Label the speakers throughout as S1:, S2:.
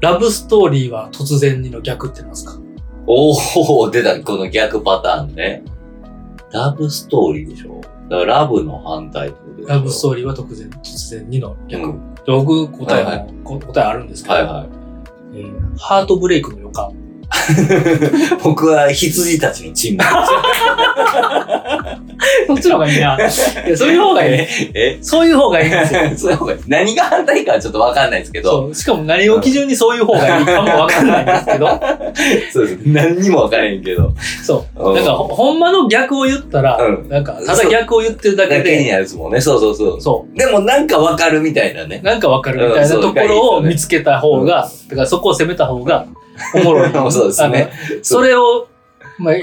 S1: ラブストーリーは突然にの逆ってますか
S2: おお出た、この逆パターンね。ラブストーリーでしょだからラブの反対ってことでしょ
S1: ラブス
S2: ー
S1: トーリーは突然、突然にの逆。
S2: う
S1: で
S2: ん
S1: 僕、答えも、
S2: はい
S1: こ答えあるんですけど、
S2: はいはい。
S1: うんハートブレイクの予感。
S2: 僕は羊たちのチームなんですよ。
S1: そっちの方がいいな。いや、 そういう方がいい。
S2: え
S1: そういう方がいいんですよ。
S2: えそういう方がいい何が反対かはちょっとわかんないですけど。
S1: そう。しかも何を基準にそういう方がいいかもわかんないんですけ ど。
S2: そうです。何にもわからへんけど。
S1: そうう。
S2: ん
S1: なんか、ほほんまの逆を言ったら、
S2: うん
S1: なんか、ただ逆を言ってるだけ
S2: だけに
S1: で、
S2: なるですもんね。そうそうそう。
S1: そ
S2: でもなんかわかるみたいな
S1: う。
S2: ね。
S1: なんかわかるみたいな
S2: うんそ
S1: とこ
S2: うがいいです
S1: ろ
S2: よ
S1: を
S2: ね
S1: 見つけた方が、だからそこを攻めた方が、おもろい。
S2: そうですね
S1: あの。それを、まあ、
S2: うん。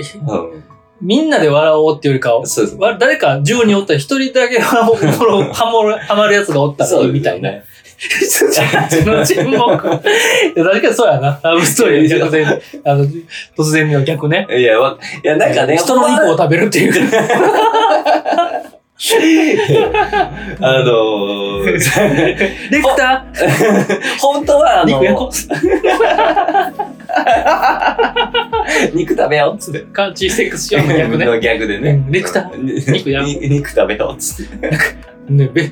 S1: みんなで笑おうっていうよりかは、
S2: そうです。
S1: わ誰か10人おったら1人だけはおも ろ、はもろ、はまるやつがおったらいいみたいな。
S2: ね。
S1: その沈黙。いや確かにそうやな。ラブストーリーの逆然、あの、突然の逆ね。
S2: いや、わ、いや、なんかね、
S1: 人の肉を食べるっていう。
S2: あのー、
S1: レクタ
S2: 本当はあ
S1: ー、
S2: の
S1: 肉やこ、
S2: 肉食べようっつって。
S1: カンチーセックスしようの逆ね。
S2: の逆でね
S1: う。んレクタ肉やろ
S2: に 肉食べようっつって。
S1: ねべ違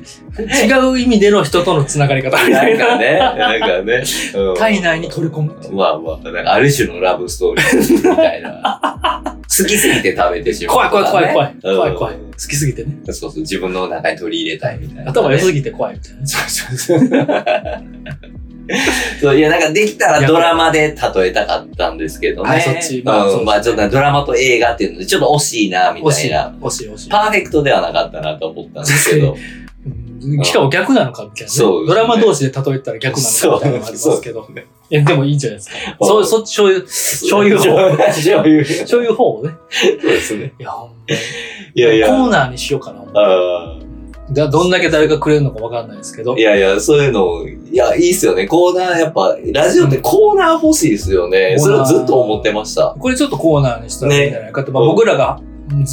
S1: う意味での人とのつながり方みた
S2: ないんか
S1: な。
S2: ね、なんかね。うん
S1: 体内に取り込むっていう
S2: まあまあ、なんかある種のラブストーリーみたいな。 好きすぎて食べてしまう
S1: 怖い
S2: とか
S1: 怖い
S2: ね。
S1: 怖い怖い。怖い
S2: うん
S1: 怖い。好きすぎてね。
S2: そうそう、自分の中に取り入れたいみたいなね。
S1: 頭良すぎて怖いみたいな。
S2: そうそう そう。そういや、なんかできたらドラマで例えたかったんですけどね。
S1: はいそっち
S2: うん
S1: ま
S2: ま
S1: あそ
S2: あ、
S1: うですね
S2: ちょっとドラマと映画っていうので、ちょっと惜しいな、み
S1: 惜
S2: た
S1: し
S2: い
S1: い。
S2: な。
S1: 惜しい惜しい。
S2: パーフェクトではなかったなと思ったんですけど。
S1: うんしかも逆なのかみたいなね、
S2: そうで
S1: ド
S2: すね
S1: ラマ同士で例えたら逆なのかみたいなのもありますけど。え、でもいいんじゃない ですか。そう、そっち、 そういう、醤油
S2: 醤
S1: を
S2: 油。醤油。そ
S1: そういう方をね。
S2: うですね。
S1: いや、ほんまに
S2: いやいや。
S1: コーナーにしようかな。
S2: あ
S1: だどんだけ誰がくれるのかわかんないですけど
S2: ーい。やいや、そういうの、いや、いいっすよね。コーナー、やっぱ、ラジオってコーナー欲しいですよね。
S1: コー
S2: そ
S1: ナ
S2: れ
S1: ー
S2: をずっと思ってました。
S1: これちょっとコーナーにしたらいいんじゃないかって、まあ
S2: ね
S1: 僕らが、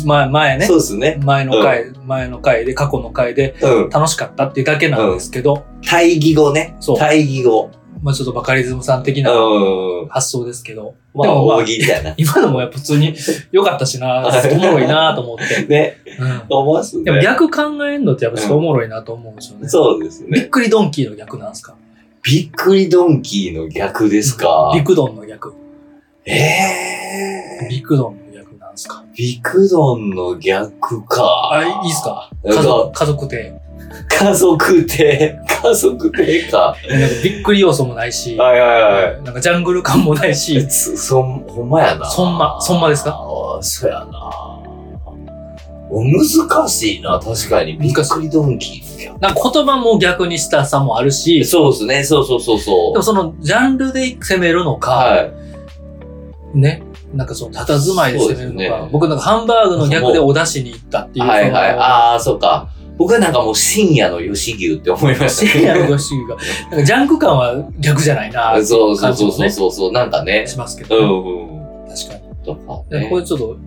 S1: 前、前ね
S2: そ、うですね。
S1: 前の回、前の回で、過去の回で
S2: うん。
S1: 楽しかったっていうだけなんですけど、
S2: 対義語ね。
S1: そう。
S2: 対義語。
S1: まあちょっとバカリズムさん的な
S2: うん。
S1: 発想ですけど、
S2: ま
S1: で
S2: あ、
S1: もまあ
S2: 大喜利だな。
S1: 今のもやっぱ普通に良かったしな、おもろいなと思って。
S2: ね、
S1: うん
S2: 思いますね。
S1: でも逆考えんのってやっぱすごいおもろいなと思うんですよね。
S2: そうです
S1: びっ
S2: ね。
S1: くりドンキーの逆なんですか
S2: びっくりドンキーの逆ですか。
S1: ビクドンの逆。
S2: えー、
S1: ビクドンの逆なんですか
S2: ビクドンの逆か。
S1: あ、いいっすか
S2: な
S1: 家
S2: んか
S1: 族、家族で。
S2: 家族で、家族でか。
S1: なんかびっくり要素もないし、
S2: はいはいはい。
S1: なんかジャングル感もない し、
S2: つそん、ほんまやな。
S1: そんまそんまですか
S2: ああ、そうやな。お難しいな、確かに。びっくりドンキーの
S1: なんか言葉も逆にしたさもあるし、
S2: 逆。
S1: で
S2: そうですね、そうそうそうそう。
S1: もそのジャンルで攻めるのか、
S2: はい。
S1: ね、なんかその佇まいで攻めるの
S2: そうです
S1: か
S2: ね、
S1: 僕なんかハンバーグの逆でお出汁に行ったっていう。
S2: はいはい。
S1: その
S2: ああ、そっか。僕はなんかもう深夜の吉牛って思いました、
S1: 深夜のご主義が、なんかジャンク感は逆じゃないな、
S2: そうそうそうそうそうそう、なんかね。
S1: しますけ
S2: う
S1: ど、
S2: んうん。
S1: 確かに。
S2: とか、
S1: で
S2: ね。
S1: これちょっと、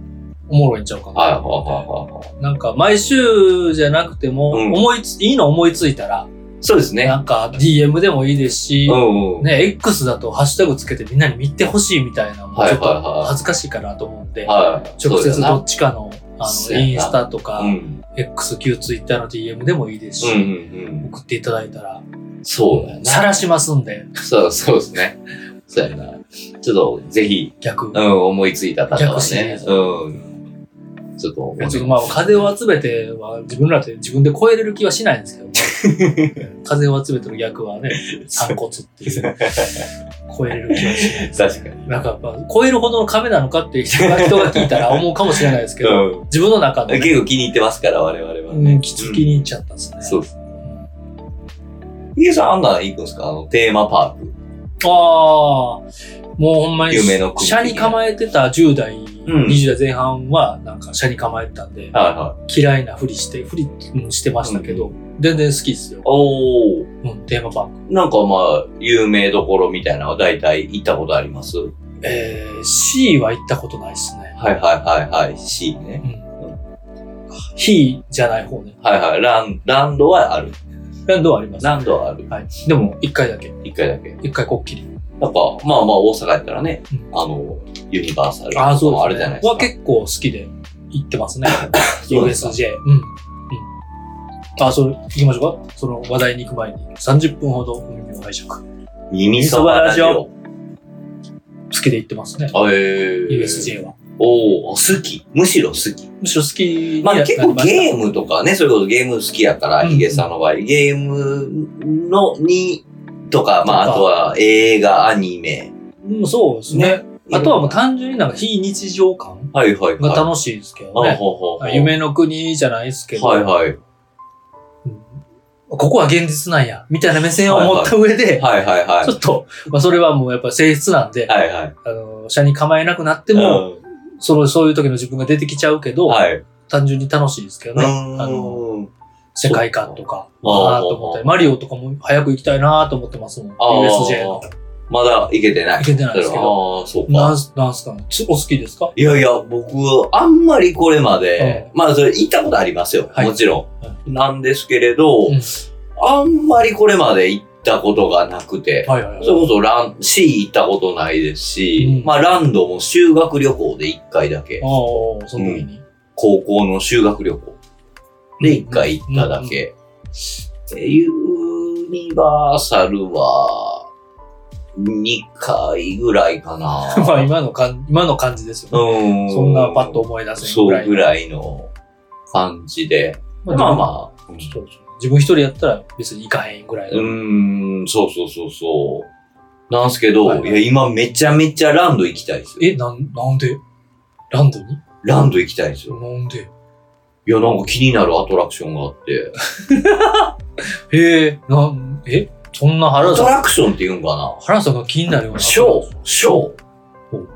S1: おもろいんちゃうかな。
S2: はいはいはいはいはい。
S1: なんか、毎週じゃなくても、
S2: うん
S1: 思いつ、いいの思いついたら、
S2: そうですね。
S1: なんか、DM でもいいですし
S2: う、んうん。
S1: ね、X だとハッシュタグつけてみんなに見てほしいみたいなのも、
S2: はい
S1: ちょっ
S2: はいはい
S1: と恥ずかしいかなと思うんで、
S2: はい。
S1: 直接
S2: そうだ
S1: ど
S2: よ
S1: っちかの、あ
S2: そう
S1: の、
S2: やな
S1: インスタとか、
S2: な。うん。
S1: X 旧 Twitter の DM でもいいです
S2: うんう
S1: し、
S2: ん
S1: 送っていただいたら、
S2: うん。そうや
S1: さ
S2: な。
S1: らしますんで、
S2: そう、そうですね。そうやな。ちょっと、ぜひ、
S1: 逆。
S2: うん、思いついた方
S1: 逆
S2: は
S1: シリー
S2: ね。
S1: ズ
S2: うん。ちょっと思い、
S1: ちょっとまあ、風を集めては、自分らって自分で超えれる気はしないんですけど、 風を集めての逆はね、散骨っていう、超えれる気はしないです。
S2: 確かに。
S1: なんかやっぱ、超えるほどの亀なのかって人が人が聞いたら思うかもしれないですけど、
S2: う
S1: 自分の中で、
S2: ん。
S1: ね、
S2: 結構気に入ってますから、我々は
S1: う
S2: ね
S1: ん、。きつきに入っちゃったんですね。
S2: そうですね。ヒゲさん、あんな行くんですかあの、テーマパー
S1: あ
S2: ク。
S1: あ、もうほんまに、
S2: 夢の国
S1: 車に構えてた10代、
S2: ん
S1: 20代前半は、なんか車に構えてたんで、
S2: はいはい。
S1: 嫌いなふりして、ふりうんしてましたけど、
S2: う
S1: 全然好きですよ。
S2: おお。
S1: うん、テーマパーク。
S2: なんかまあ、有名どころみたいなのは大体行ったことありますはい
S1: えー、C は行ったことないですね。
S2: はいはいはい。C ね。
S1: うん。非じゃない方ね。
S2: はいはい。ラン、ランドはある。
S1: ランドはあります。
S2: ランドはある。
S1: はい。でも、一回だけ。
S2: 一回だけ。
S1: 一回こっきり。
S2: なんか、まあまあ大阪やったらね、
S1: うん
S2: あの、ユニバーサル
S1: ああ、そうです、ね。
S2: あれじゃないです
S1: は
S2: か。
S1: 結構好きで行ってますね。
S2: そうですか
S1: USJ。うん。うん。あ、それ、行きましょうか。その話題に行く前に、30分ほどお耳を拝借。好
S2: 耳そばラジオ。
S1: きで行ってますね。
S2: あえー、
S1: USJ は。
S2: おお好き。むしろ好き。
S1: むしろ好き
S2: まあ結構ゲ
S1: ー
S2: ームとかね、それこそゲーム好きやから、
S1: うん
S2: ヒゲさんの場合、ゲームのに、とか、まああとは映画、アニメ。
S1: ム。うん、そうですね。あとはもう単純になんか非日常感
S2: はいはいはい。
S1: が楽しいですけど
S2: あ
S1: ね。
S2: ほうほうほう
S1: 夢の国じゃないですけど、
S2: はいはい。
S1: うんここは現実なんや、みたいな目線を持った上で、
S2: はいはいは
S1: ちょ
S2: い。
S1: っと、まあそれはもうやっぱ性質なんで、
S2: はいはい。
S1: あの、社に構えなくなっても、
S2: うん
S1: その、そういう時の自分が出てきちゃうけど、
S2: はい。
S1: 単純に楽しいですけどね。あの、
S2: の、
S1: 世界観とか、
S2: そうか
S1: なあと思ったり、マリオとかも早く行きたいなと思ってますもん。
S2: あー
S1: USJ の。
S2: まだいけてない
S1: 行。けてないですけど。
S2: ああ、そう
S1: な
S2: か
S1: ん。す、なんすかねつお好きですか
S2: いやいや、僕、あんまりこれまで、まあ、それ、行ったことありますよ。
S1: はい
S2: もちろ
S1: は
S2: ん。なんですけれど、
S1: うん
S2: あんまりこれまで行ったことがなくて、
S1: はいはい
S2: それこそラン、C 行ったことないですし、
S1: うん
S2: まあ、ランドも修学旅行で1回だけ、
S1: ああ、その時に。
S2: 高校の修学旅行で1回行っただけ。でユニバーサルは、2回ぐらいかな
S1: 。まあ今のかん今の感じですよね。
S2: うん。
S1: そんなパッと思い出せんぐ
S2: そ
S1: ら
S2: う
S1: い。
S2: ぐらいの感じで。
S1: ま
S2: ま
S1: あ
S2: あ
S1: まあ、
S2: まあ、
S1: ちょっと自分一人やったら別に行かへんぐらいうの。
S2: ーん、そうそうそうそう。なんすけど、
S1: はい
S2: いや、今めちゃめちゃランド行きたいですよ。
S1: え、なん、なんでランドに
S2: ランド行きたいですよ。
S1: なんで
S2: いや、なんか気になるアトラクションがあって。
S1: へえ、なん、え、そんな
S2: ア
S1: 原
S2: ト
S1: 田
S2: ラクションって言うんかな
S1: 原田さんが気になるような。
S2: ショーショ
S1: ほ
S2: ー
S1: う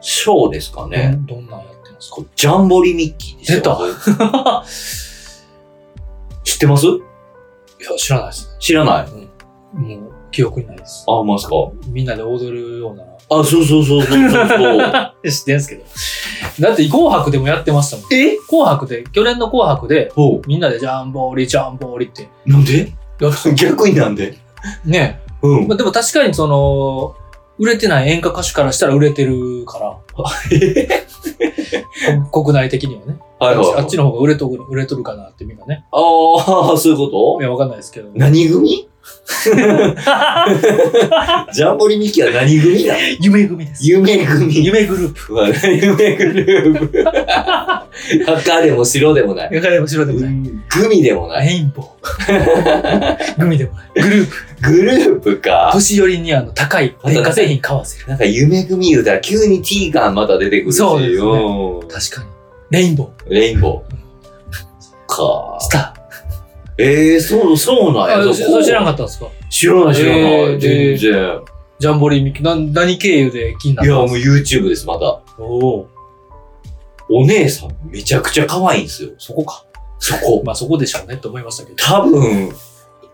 S2: ショーですかね。
S1: どんどんなんやってますか
S2: こうジャンボリミッキーって知ってます 知ってます
S1: いや、知らないです
S2: 知らない。
S1: ね。もう、記憶にないです。
S2: あ、ほんまっすか
S1: みんなで踊るような。
S2: あ、そうそうそうそうそう そう。
S1: 知ってんすけど。だって、紅白でもやってましたもん。
S2: え
S1: 紅白で、去年の紅白で、
S2: ほ
S1: みんなでジャンボーリ、ジャンボーリって。
S2: う。なんで
S1: やってた
S2: 逆になんで
S1: ね
S2: うん。
S1: まあ、でも確かにその、売れてない演歌歌手からしたら売れてる から、こ国内的にはね。
S2: はいはい。
S1: あっちの方が売れとる売れとるかなってみんなね。
S2: ああ、そういうこ
S1: いや、わかんないですけど。
S2: と 何組ジャンボリミキは何組だ
S1: 夢組です。
S2: 夢組。
S1: 夢グループ。
S2: うわ夢グループ。赤でも白でもない。
S1: 描かれも白でもない。
S2: グミでもない。
S1: レイン ボー。グミでもない。グループ。
S2: グループか。
S1: 年寄りにあの高い電化製品買わせる。
S2: なんか夢組言うたら急に T 感また出てくるし。
S1: そうですね
S2: うん
S1: 確かに。レインボー。
S2: レインボー。か。
S1: スター。
S2: ええー、そう、そうなんや。
S1: あ、
S2: そ
S1: そうう知らなかったんですか
S2: 知らない、知らない。
S1: えー
S2: 全然。
S1: ジャンボリーミキ、な何経由で気にないっ
S2: や、
S1: たん
S2: もう
S1: です
S2: YouTube です、また。
S1: かおお。
S2: お姉さんめちゃくちゃ可愛いんですよ。
S1: そこか。
S2: そこ。
S1: まあそこでしょうねって思いましたけど。
S2: 多分、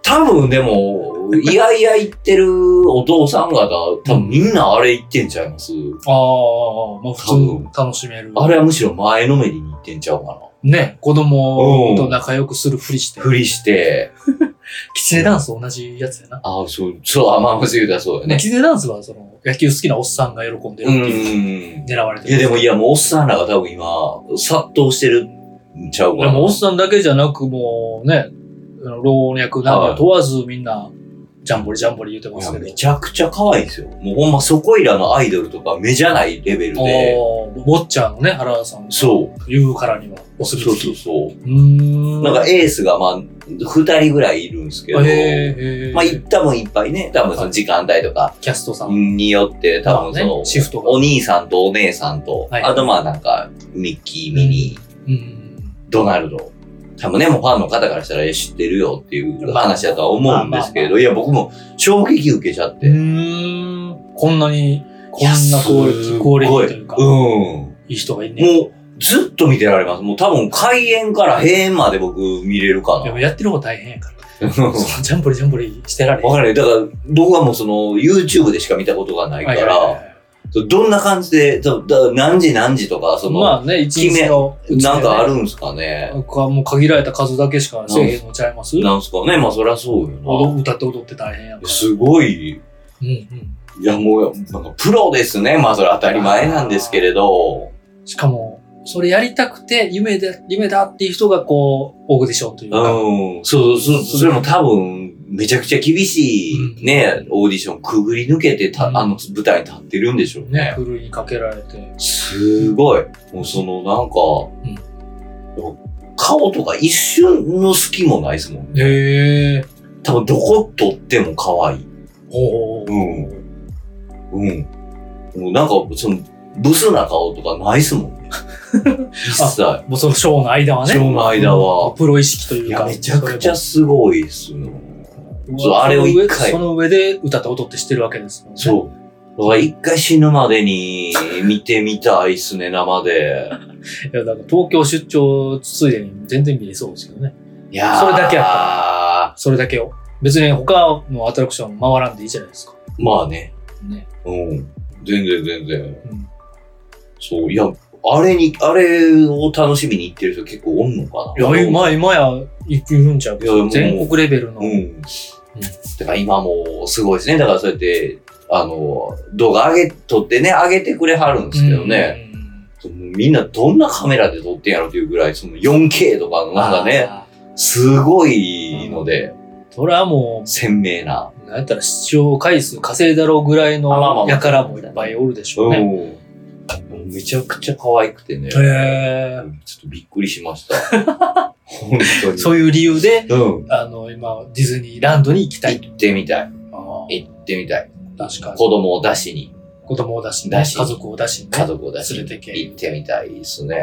S2: 多分でも、いやいや言ってるお父さん方、多分みんなあれ言ってんちゃいます
S1: ああ、まあ普通に楽しめる。
S2: あれはむしろ前のめりに言ってんちゃうか
S1: ね、子供と仲良くするふりして
S2: な。。ふりして、
S1: キツネダンスと同じやつやな。
S2: ああ、そう、そう、あ、まあ、むしろ言うたらそうだよね。
S1: キツネダンスはその野球好きなおっさんが喜んでる
S2: う
S1: っ
S2: ん
S1: ていう。。狙われて
S2: いや、でもいや、もうおっさんらが多分今、殺到してるんちゃう
S1: で
S2: かな。
S1: もおっさんだけじゃなく、もうね、あの老若男女問わずみんな、ジャンボリジャンボリ言うてま
S2: い
S1: す
S2: や
S1: けど
S2: め。ちゃくちゃ可愛いんですよ。もうほんまそこいらのアイドルとか目じゃないレベルで。
S1: おーボッチャのね、原田さんが
S2: そう。
S1: 言うからには、お
S2: そ
S1: 墨
S2: う
S1: 付
S2: そう
S1: き。
S2: そう
S1: ー
S2: う。
S1: ん。
S2: なんか
S1: え
S2: エースがまあ、二人ぐらいいるんですけど。
S1: え
S2: まあ、い多分いっぱいね、多分その時間帯とか
S1: キャストさん。
S2: によって、多分そ
S1: まあ
S2: の、
S1: ねシフトが
S2: お兄さんとお姉さんと、
S1: はい
S2: あとまあなんか、ミッキー、ミニー、
S1: うん。
S2: ドナルド。多分ね、もうファンの方からしたらえ知ってるよっていう話だとは思うんですけれ
S1: ま
S2: ど、いや、僕も衝撃受けちゃって。
S1: うーん。こんなに、こんなクオリティ、クオリティというか
S2: う、ん。
S1: いい人がいんねん
S2: もう、ずっと見てられます。もう多分開演から閉園まで僕見れるか
S1: で
S2: な
S1: も。やってる方大変やから。
S2: うん
S1: そのジャンボリジャンボリしてられへん
S2: わかんない。だから、僕はもうその、YouTube でしか見たことがないか
S1: はいはい
S2: ら、
S1: はい
S2: そうどんな感じで、そうだ何時何時とか、その、
S1: まあね、一日のうちでね
S2: なんかあるんすかね。
S1: なんかもう限られた数だけしかせえへんのちゃいます
S2: なんすかね。まあ、そりゃそうよ
S1: 踊歌って踊って大変やか
S2: な。すごい、
S1: ら。うんうん。
S2: いや、もう、なんかプロですね。まあ、それ当たり前なんですけれど。
S1: しかも、それやりたくて、夢で、夢だっていう人が、こう、オーディションという
S2: う
S1: か、
S2: ん。そうそう、そそれも多分、めちゃくちゃ厳し
S1: う
S2: い
S1: ん
S2: ね、オーディションくぐり抜けてた、
S1: うん
S2: あの舞台に立ってるんでしょう
S1: ね
S2: ね、。
S1: ふるいにかけられて。
S2: すごい。もうそのなんか、顔とか一瞬の隙もないですもんね。
S1: へえ。
S2: 多分どこ撮っても可愛い。
S1: おー
S2: うんうん。もうなんか、その、ブスな顔とかないっすも んね。一切。
S1: もうそのショーの間はね。
S2: ショーの間は
S1: プロ意識と
S2: い
S1: いう
S2: や、
S1: か。
S2: めちゃくちゃすごいっすよ。
S1: それも、
S2: そうあれを一回
S1: その上で歌と踊ってしてるわけですもんね。う。
S2: そう。だから一回死ぬまでに見てみたいっすね、生で。
S1: いや、だから東京出張ついでに全然見れそうですけどね。
S2: いやー
S1: それだけやったそれだけを。別に他のアトラクション回らんでいいじゃないですか。
S2: まあね。
S1: ね。
S2: うん。全然全然。
S1: うん。
S2: そう。いや、あれに、あれを楽しみに行ってる人結構おんのか
S1: い
S2: な。
S1: や、今、今や、行くんちゃう
S2: いやもう
S1: 全国レベルの。
S2: うん。だから今もすごいですね。だからそうやって、あの、動画上げ、撮ってね、上げてくれはるんですけどね。
S1: うん。
S2: そうみんなどんなカメラで撮ってんやろっていうぐらい、その 4K とかのなんかね、
S1: あ
S2: すごいので、
S1: ー。それはも
S2: 鮮明な。
S1: う、なんやったら視聴回数稼いだろうぐらい
S2: あまあまあ
S1: のやからもいっぱいおるでしょうね。
S2: うんめちゃくちゃ可愛くてね。
S1: へえ
S2: ちょっとびっくりしました。 本当に。
S1: そういう理由で、
S2: うん。
S1: あの、今、ディズニーランドに行きたい。
S2: 行ってみたい。
S1: え
S2: 行ってみたい。
S1: 確かに。
S2: 子供を出しに、
S1: 子供を出しに、
S2: だ
S1: 家
S2: し
S1: 族を出しにね、
S2: 家族を出し
S1: 連
S2: に
S1: れてけ
S2: 行ってみたいですね。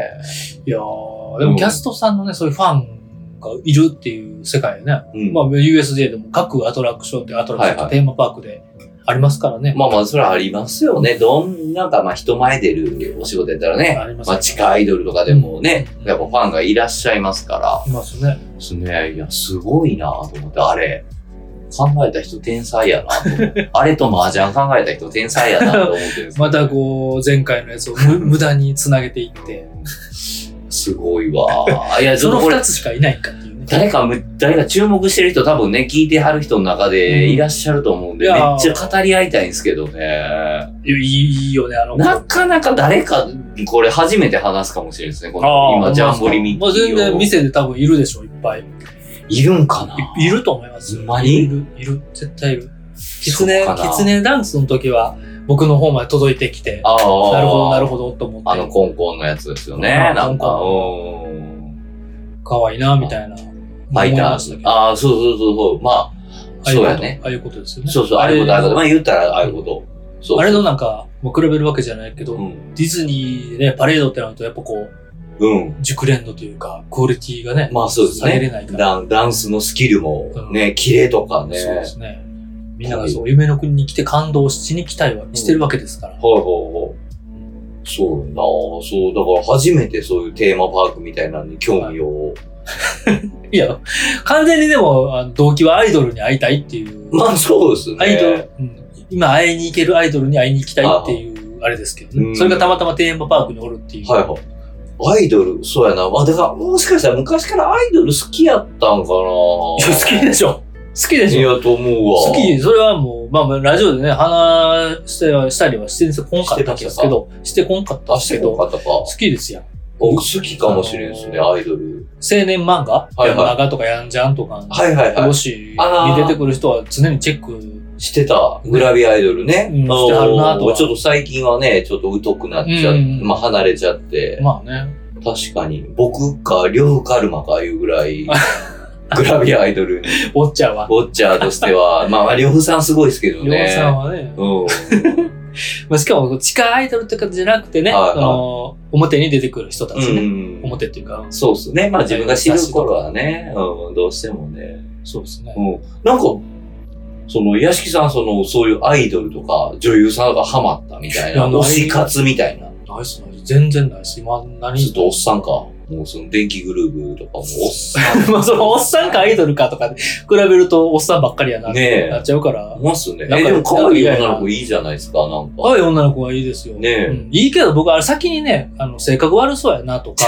S1: いやーでもキャストさんのね、そういうファンがいるっていう世界よね。
S2: うん
S1: まあ、USJ でも各アトラクションってアトラクションと
S2: はいは
S1: かテーマパークでありますからね。
S2: まあまあ、それはありますよね。どん、なんかまあ人前出るお仕事やったらね、
S1: あります
S2: まあ地下アイドルとかでもね、
S1: うん
S2: やっぱファンがいらっしゃいますから。
S1: いますね。
S2: ですね。いや、すごいなと思って、あれ。考えた人天才やなと 思って。あれと麻雀考えた人天才やなと思ってるんですけど
S1: またこう、前回のやつを 無無駄につなげていって、
S2: すごいわ。いや、ち
S1: そ
S2: ょっ
S1: の
S2: とこれ
S1: 二、つしかいないかっていうね。
S2: 誰かむ、誰か注目してる人多分ね、聞いてはる人の中で
S1: うん
S2: いらっしゃると思うんで、
S1: いや
S2: め
S1: ー
S2: っちゃ語り合いたいんですけどね。
S1: いやいいいいよね、あの子。
S2: なかなか誰か、これ初めて話すかもしれないですね。こ
S1: あ
S2: の
S1: ー
S2: 今、ジャンボリミッキ
S1: まあ全
S2: ー
S1: 然
S2: を。
S1: 店で多分いるでしょ、いっぱい。
S2: いるんかない
S1: いると思いますよ。
S2: ほんまに
S1: いる、いる、絶対いる。キツネ
S2: そう、かな
S1: キツネダンスの時は僕の方まで届いてきて、
S2: ああ。
S1: なるほど、なるほど、と思って。
S2: あの、コンコンのやつですよね。
S1: あー
S2: なんか、う
S1: 可愛いな、みたいな。
S2: ん。ファイ
S1: 思い
S2: タ
S1: ました
S2: ー
S1: け。ど
S2: ああ、そうそうそうそう。まあ、そうやね。
S1: ああいうことああいうことですよね。
S2: そうそう、ああいうこと、ああいうこと。まあ、言ったらああいうこと。そう。
S1: あれのなんか、もう比べるわけじゃないけど、
S2: うん。
S1: ディズニーでね、パレードってなると、やっぱこう、
S2: うん。
S1: 熟練度というか、クオリティがね、
S2: まあ、そうです
S1: 下げれ
S2: ね。
S1: ないから。
S2: ダンダンスのスキルも
S1: う、ん
S2: ね、キレとかね。
S1: そう
S2: ほ
S1: で
S2: う
S1: すね。みんながそう、夢の国に来て感動しに来たいはしてるわけですから。
S2: ほうほう。そうやなそう、だから初めてそういうテーマパークみたいなのに興味を。
S1: いや、完全にでも、あの動機はアイドルに会いたいっていう。
S2: まあ、そうですね。
S1: アイドル、うん今会いに行けるアイドルに会いに行きたいっていう、あれですけど
S2: うん
S1: ね。それがたまたまテーマパークにおるっていう。
S2: はいはい。アイドル、そうやな。まあ、だから、もしかしたら昔からアイドル好きやったんかな。好
S1: いや好きでしょ。好きでしょ
S2: いや、と思う
S1: 好
S2: わ。
S1: き、それはもう、まあまあ、ラジオでね、話してはしたりはしてんですよ。こんかったんですけど、してこんかったん
S2: あ、
S1: で
S2: し
S1: す
S2: て
S1: け
S2: こ
S1: ど、
S2: なかったか。
S1: 好きですやん。
S2: お好きかもしれんですね、
S1: あ
S2: アイドル。
S1: 青年漫画
S2: はいはい
S1: ヤンマガとかヤンジャンとか、
S2: はいはいは
S1: も
S2: い。
S1: し
S2: あー
S1: に出てくる人は常にチェック。
S2: してた、グラビアアイドルね。
S1: うん
S2: あの
S1: してはるなとは
S2: ちょっと最近はね、ちょっと疎くなっちゃっ
S1: う
S2: て、
S1: ん
S2: まあ離れちゃって、
S1: まあね。
S2: 確かに、僕か、両夫カルマかいうぐ らい、グラビアアイドルに、
S1: おっちゃんは。
S2: ウォッチャーとしては、まあ、両夫さんすごいですけど
S1: りょう
S2: ね。
S1: さんはね。
S2: うん。
S1: まあ、しかも、地下アイドルとかじゃなくてね、
S2: はいはい
S1: あの、表に出てくる人たち
S2: う
S1: ね。
S2: ん。
S1: 表っていうか、
S2: そうですね。まあ自分が知る頃はね、うん、どうしてもね。
S1: そうですね
S2: う。ん。なんか、その、屋敷さん、その、そういうアイドルとか、女優さんがハマったみたい
S1: い
S2: な、
S1: やない
S2: 推し活みたいな。
S1: ナイスナイス。全然ナイス。今、何
S2: ずっとおっさんか。もうその、電気グループとかもおっさ
S1: まあ、そのおっさんかアイドルかとかで比べるとおっさんばっかりやなって
S2: ねえ
S1: なっちゃうから
S2: ん。。ますね。
S1: なん
S2: え、
S1: か
S2: でも可愛い
S1: なんか
S2: 女の子いいじゃないですか、なんか。
S1: 可愛い女の子はいいですよ。
S2: ねえ
S1: うんいいけど僕、あれ先にね、あの、性格悪そうやなとか、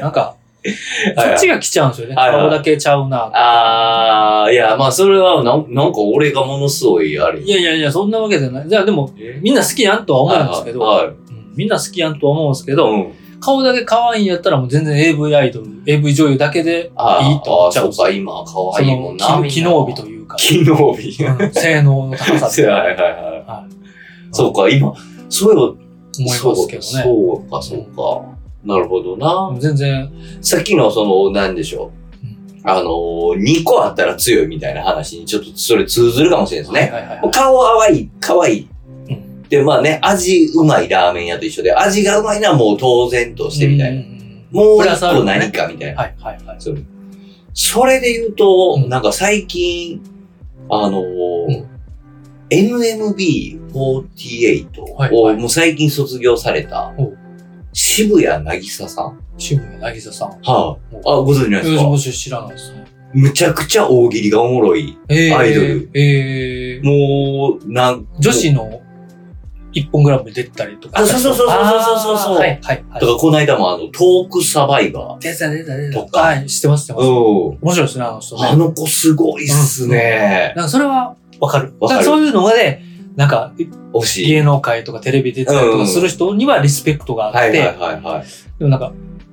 S1: なんか、そっちが来ちゃうんですよね。
S2: はいはい
S1: 顔だけちゃうな。
S2: あー、いや、まあ、それはなん、なんか俺がものすごい、あれ。
S1: いやいやいや、そんなわけじゃない。じゃあでも、
S2: え
S1: みんな好きやんとは思うんですけど、
S2: はいはい。
S1: うんみんな好きやんとは思うんですけど、
S2: うん
S1: 顔だけ可愛いんやったらもう全然 AV アイドル、AV 女優だけで
S2: あー
S1: いいと思っちゃうん
S2: あー
S1: です
S2: そう
S1: よ
S2: か、今、可
S1: そ
S2: 愛い
S1: の
S2: もんな。
S1: 機機能美というか、
S2: 機能美。
S1: うん性能の高さ っていうのは
S2: はいはいはい。
S1: はい
S2: そうか、今、そうい
S1: 思い
S2: えば、
S1: ますけどね。
S2: そうか、そうか。なるほどな。
S1: 全然、
S2: さっきの、その、なんでしょう。あのー、2個あったら強いみたいな話に、ちょっとそれ通ずるかもしれないですね。
S1: はいはいはい
S2: もう顔可愛い、可愛い。
S1: う
S2: で、まあね、味うまいラーメン屋と一緒で、味がうまいのはもう当然としてみたい
S1: うん
S2: な。
S1: うんうん
S2: もう
S1: プラ
S2: 一
S1: スアル
S2: 個
S1: ファね
S2: 何かみたいな。
S1: はいはいはい。
S2: それそれで言うと、
S1: うん
S2: なんか最近、あのー
S1: うん
S2: NMB48 を、
S1: はいはい
S2: もう最近卒業された
S1: お、
S2: 渋谷なぎささん
S1: 渋谷渚さん。
S2: はい、あ。ご存知ないですか
S1: もし知らないですね。
S2: むちゃくちゃ大喜利がおもろい。
S1: えー
S2: アイドル。
S1: えー
S2: もう、なん、
S1: 女子の一本グラブに出てたりとか。
S2: あそうそうそうそうそうそうそう
S1: あーはいはいは
S2: だ
S1: い。
S2: からこの間もあの、トークサバイバ
S1: 出てた出てた出て
S2: とか
S1: た。はい、知ってます知ってま
S2: ー。
S1: す。
S2: うん。
S1: 面白いですね、あの人ね。
S2: あの子すごいっすね。
S1: なんかそれはわかる。
S2: わかる
S1: だらそういうのがね、なんか
S2: 惜しい。
S1: 芸能界とかテレビ出てたりとかする人にはリスペクトがあって、
S2: はいはいはいはい。
S1: でもなんか、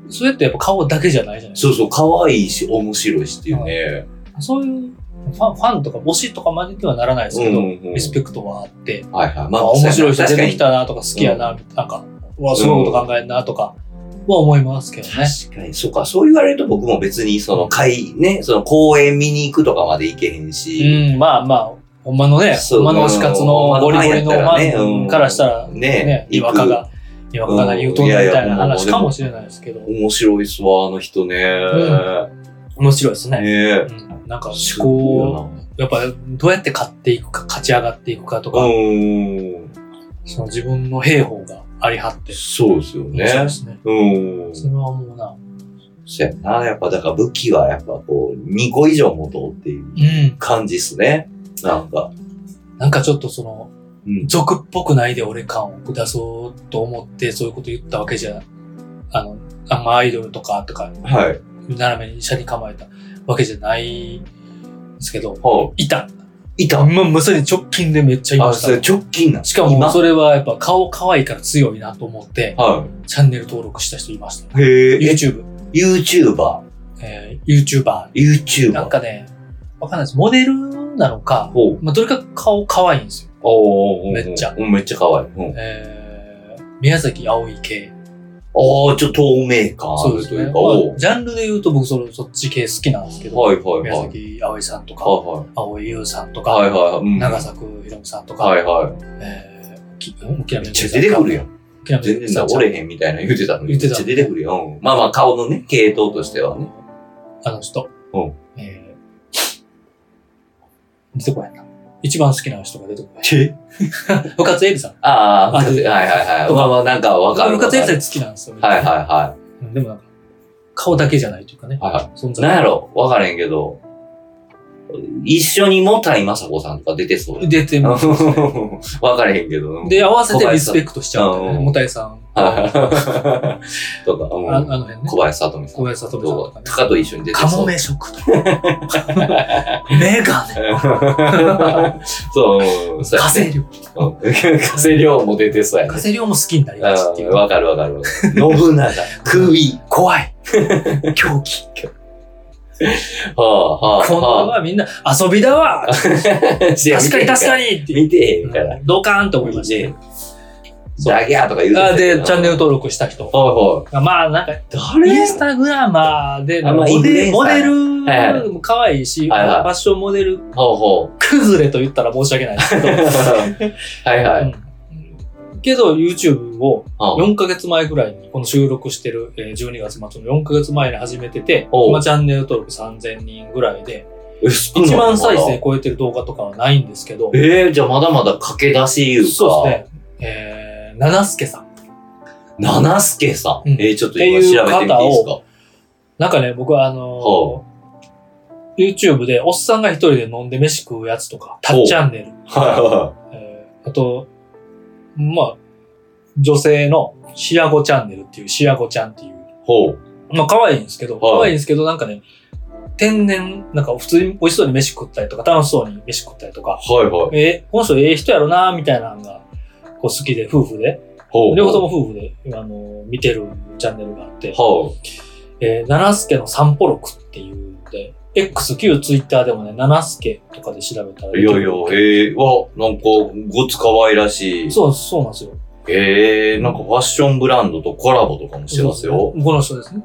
S1: それってやっぱ顔だけじゃないじゃないです
S2: そうそう、可愛いし、面白いしっていうね。
S1: か。そういうファンファンとか推しとかまでにはならないですけど、
S2: うん
S1: リスペクトはあって、
S2: はいはい。ま
S1: あ面白い人
S2: 確
S1: 出
S2: か
S1: て
S2: に
S1: きたなとか好きやな、なんか、うわ、すごいこと考えるなとかは思いますけどね。
S2: 確かに、そうか。そう言われると僕も別に、その、会、ね、その公演見に行くとかまで行けへんし。
S1: うん、まあまあ、ほんまのね、
S2: そう
S1: ほんまの推し活のゴリゴリのファンからしたら、
S2: ね
S1: ね、に
S2: 行
S1: わ
S2: く
S1: かが、にわかが何言うとんねんみたいな話かもしれないですけど、
S2: 面白いっすわ、あの人ね。
S1: 面白いですね。
S2: ねえ。
S1: うんなんか思考、やっぱどうやって勝っていくか、勝ち上がっていくかと
S2: う
S1: か、
S2: ん。
S1: その自分の兵法がありはって、
S2: そうですよ
S1: 面白い
S2: ね
S1: で。すね。
S2: うん。
S1: それはもうな、
S2: そうやな。やっぱ、だから武器はやっぱこう、2個以上持とうっていう
S1: うん。
S2: 感じっすね。なんか。
S1: なんかちょっとその、
S2: うん。
S1: 俗っぽくないで俺感を出そうと思ってそういうこと言ったわけじゃ、あの、あんまアイドルとかとか、
S2: はい。はい。
S1: 斜めに車に構えたわけじゃないんですけど、いた。
S2: いた。
S1: まあ、まさに直近でめっちゃいま
S2: あ、
S1: し
S2: それ
S1: た。
S2: 直近なん
S1: しかも、それはやっぱ顔可愛いから強いなと思って、
S2: は
S1: チャンネル登録した人いました。
S2: い。へえ。
S1: YouTube、
S2: YouTuber。
S1: えー、YouTuber。
S2: YouTuber。
S1: なんかね、わかんないです。モデルなのか、
S2: ほう。
S1: まあ、とにかく顔可愛いんですよ。
S2: おーおーおーおー
S1: めっちゃ
S2: うん、めっちゃ可愛い。うん。
S1: えー、宮崎葵系。
S2: ああ、ちょっと透明感あるというか、
S1: ま
S2: お
S1: あ
S2: ー
S1: ジャンルで言うと僕そのそっち系好きなんですけど、
S2: はいはい
S1: 宮
S2: はい。
S1: 崎葵さんとか、
S2: は
S1: 葵優さんとか、
S2: いはい。はいはい。うん。
S1: 長作ひろみさんとか、
S2: はいはい。
S1: えー、きうん沖縄
S2: め
S1: 美
S2: っ
S1: 幸
S2: ちゃ
S1: さん
S2: 出てくるやん。
S1: 沖縄美
S2: 全
S1: 幸さ
S2: 然
S1: んちゃう
S2: 折れへんみたいなの言ってたのに。
S1: 言ってた
S2: めっちゃ出てくるやん。うんまあまあ顔のね、系統としてはね。
S1: あの人。
S2: うん
S1: えー、出てこないな。一番好きな人が出てこない。
S2: え
S1: 深津絵里さん。
S2: ああ、
S1: あ
S2: はいはいはい。まあまあなんかわかる。
S1: 深
S2: わ
S1: 津
S2: か
S1: 絵里
S2: る
S1: さん好きなんですよ。
S2: はいはいは
S1: うんでもなんか、顔だけじゃないというかね
S2: い。。は
S1: 存
S2: い。なん
S1: 在
S2: やろわからへんけど、一緒にもたいまさこさんとか出てそう。
S1: 出てます。
S2: わからへんけど。
S1: で、合わせてリスペクトしちゃうんだよ
S2: う
S1: ね。
S2: ん
S1: もたいさん。あ
S2: はいとか、うん
S1: あの辺ね。
S2: 小林さとみさん。
S1: 小林さとみさんとかね
S2: とかと一緒に出て
S1: カ
S2: そう
S1: モメ食と か。メガネ。
S2: そう、そうや
S1: 火
S2: ね
S1: 星量。
S2: うん稼量も出てそうや
S1: 火
S2: ね。
S1: 星量も好きになりがちっていう
S2: うん。わかるわかるわかる。信長、首。
S1: 怖 い。狂気。
S2: はあは
S1: こんばん
S2: あはあ。
S1: はみんな遊びだわ確
S2: 確
S1: かに確か
S2: に。
S1: にって
S2: 見てへんから。
S1: ドカーンと思いました
S2: ね。ダギャーとか言うて
S1: あ
S2: たけど
S1: で、チャンネル。登録した人。
S2: は
S1: まあ、なんか、
S2: いはい。
S1: インスタグラマーで、
S2: あま
S1: モ
S2: あインフルエ
S1: デ
S2: ン
S1: ル、
S2: サ
S1: モ
S2: ー
S1: デ
S2: やはいは
S1: ルも可愛いし、フ
S2: はいはい
S1: ァッションモデル
S2: ほうほう。
S1: 崩れと言ったら申し訳ないですけ ど
S2: はいは
S1: う
S2: い。
S1: ん。けど、YouTube を
S2: うん
S1: 4ヶ月前ぐらいに、この収録してるえー12月末の4ヶ月前に始めてて、
S2: おう
S1: 今チャンネル登録3000人ぐらいで、
S2: 一
S1: 1万再生超えてる動画とかはないんですけど、
S2: ええじゃあまだまだ駆け出しいうか。
S1: そうですね。えー、七助さん。
S2: 七助さん。
S1: うん
S2: えーちょっと今調べてみていいですか
S1: なんかね、僕はあの
S2: ほ
S1: ー YouTube でおっさんが一人で飲んで飯食うやつとか、タ
S2: ほう
S1: ッチャンネル、
S2: はいは
S1: えーあと、まあ、女性のシアゴチャンネルっていう、シアゴちゃんっていう
S2: い。ほう。
S1: まあ可愛いんですけど、
S2: はい
S1: 可愛いんですけど、なんかね、天然、なんか普通に美味しそうに飯食ったりとか、楽しそうに飯食ったりとか、
S2: はいはい。
S1: え、この人ええ人やろな、みたいなのが、こう好きで、夫婦で、
S2: ほう
S1: 両方とも夫婦で、あの、見てるチャンネルがあって、
S2: は
S1: えー、七助の散歩録っていうので、X、旧ツイッターでもね、七助とかで調べたら
S2: い。いやいや、ええわ、なんか、ごつ可愛らしい。
S1: そう、そうなんですよ。
S2: ええなんかファッションブランドとコラボとかもしてますよ。
S1: この人ですね。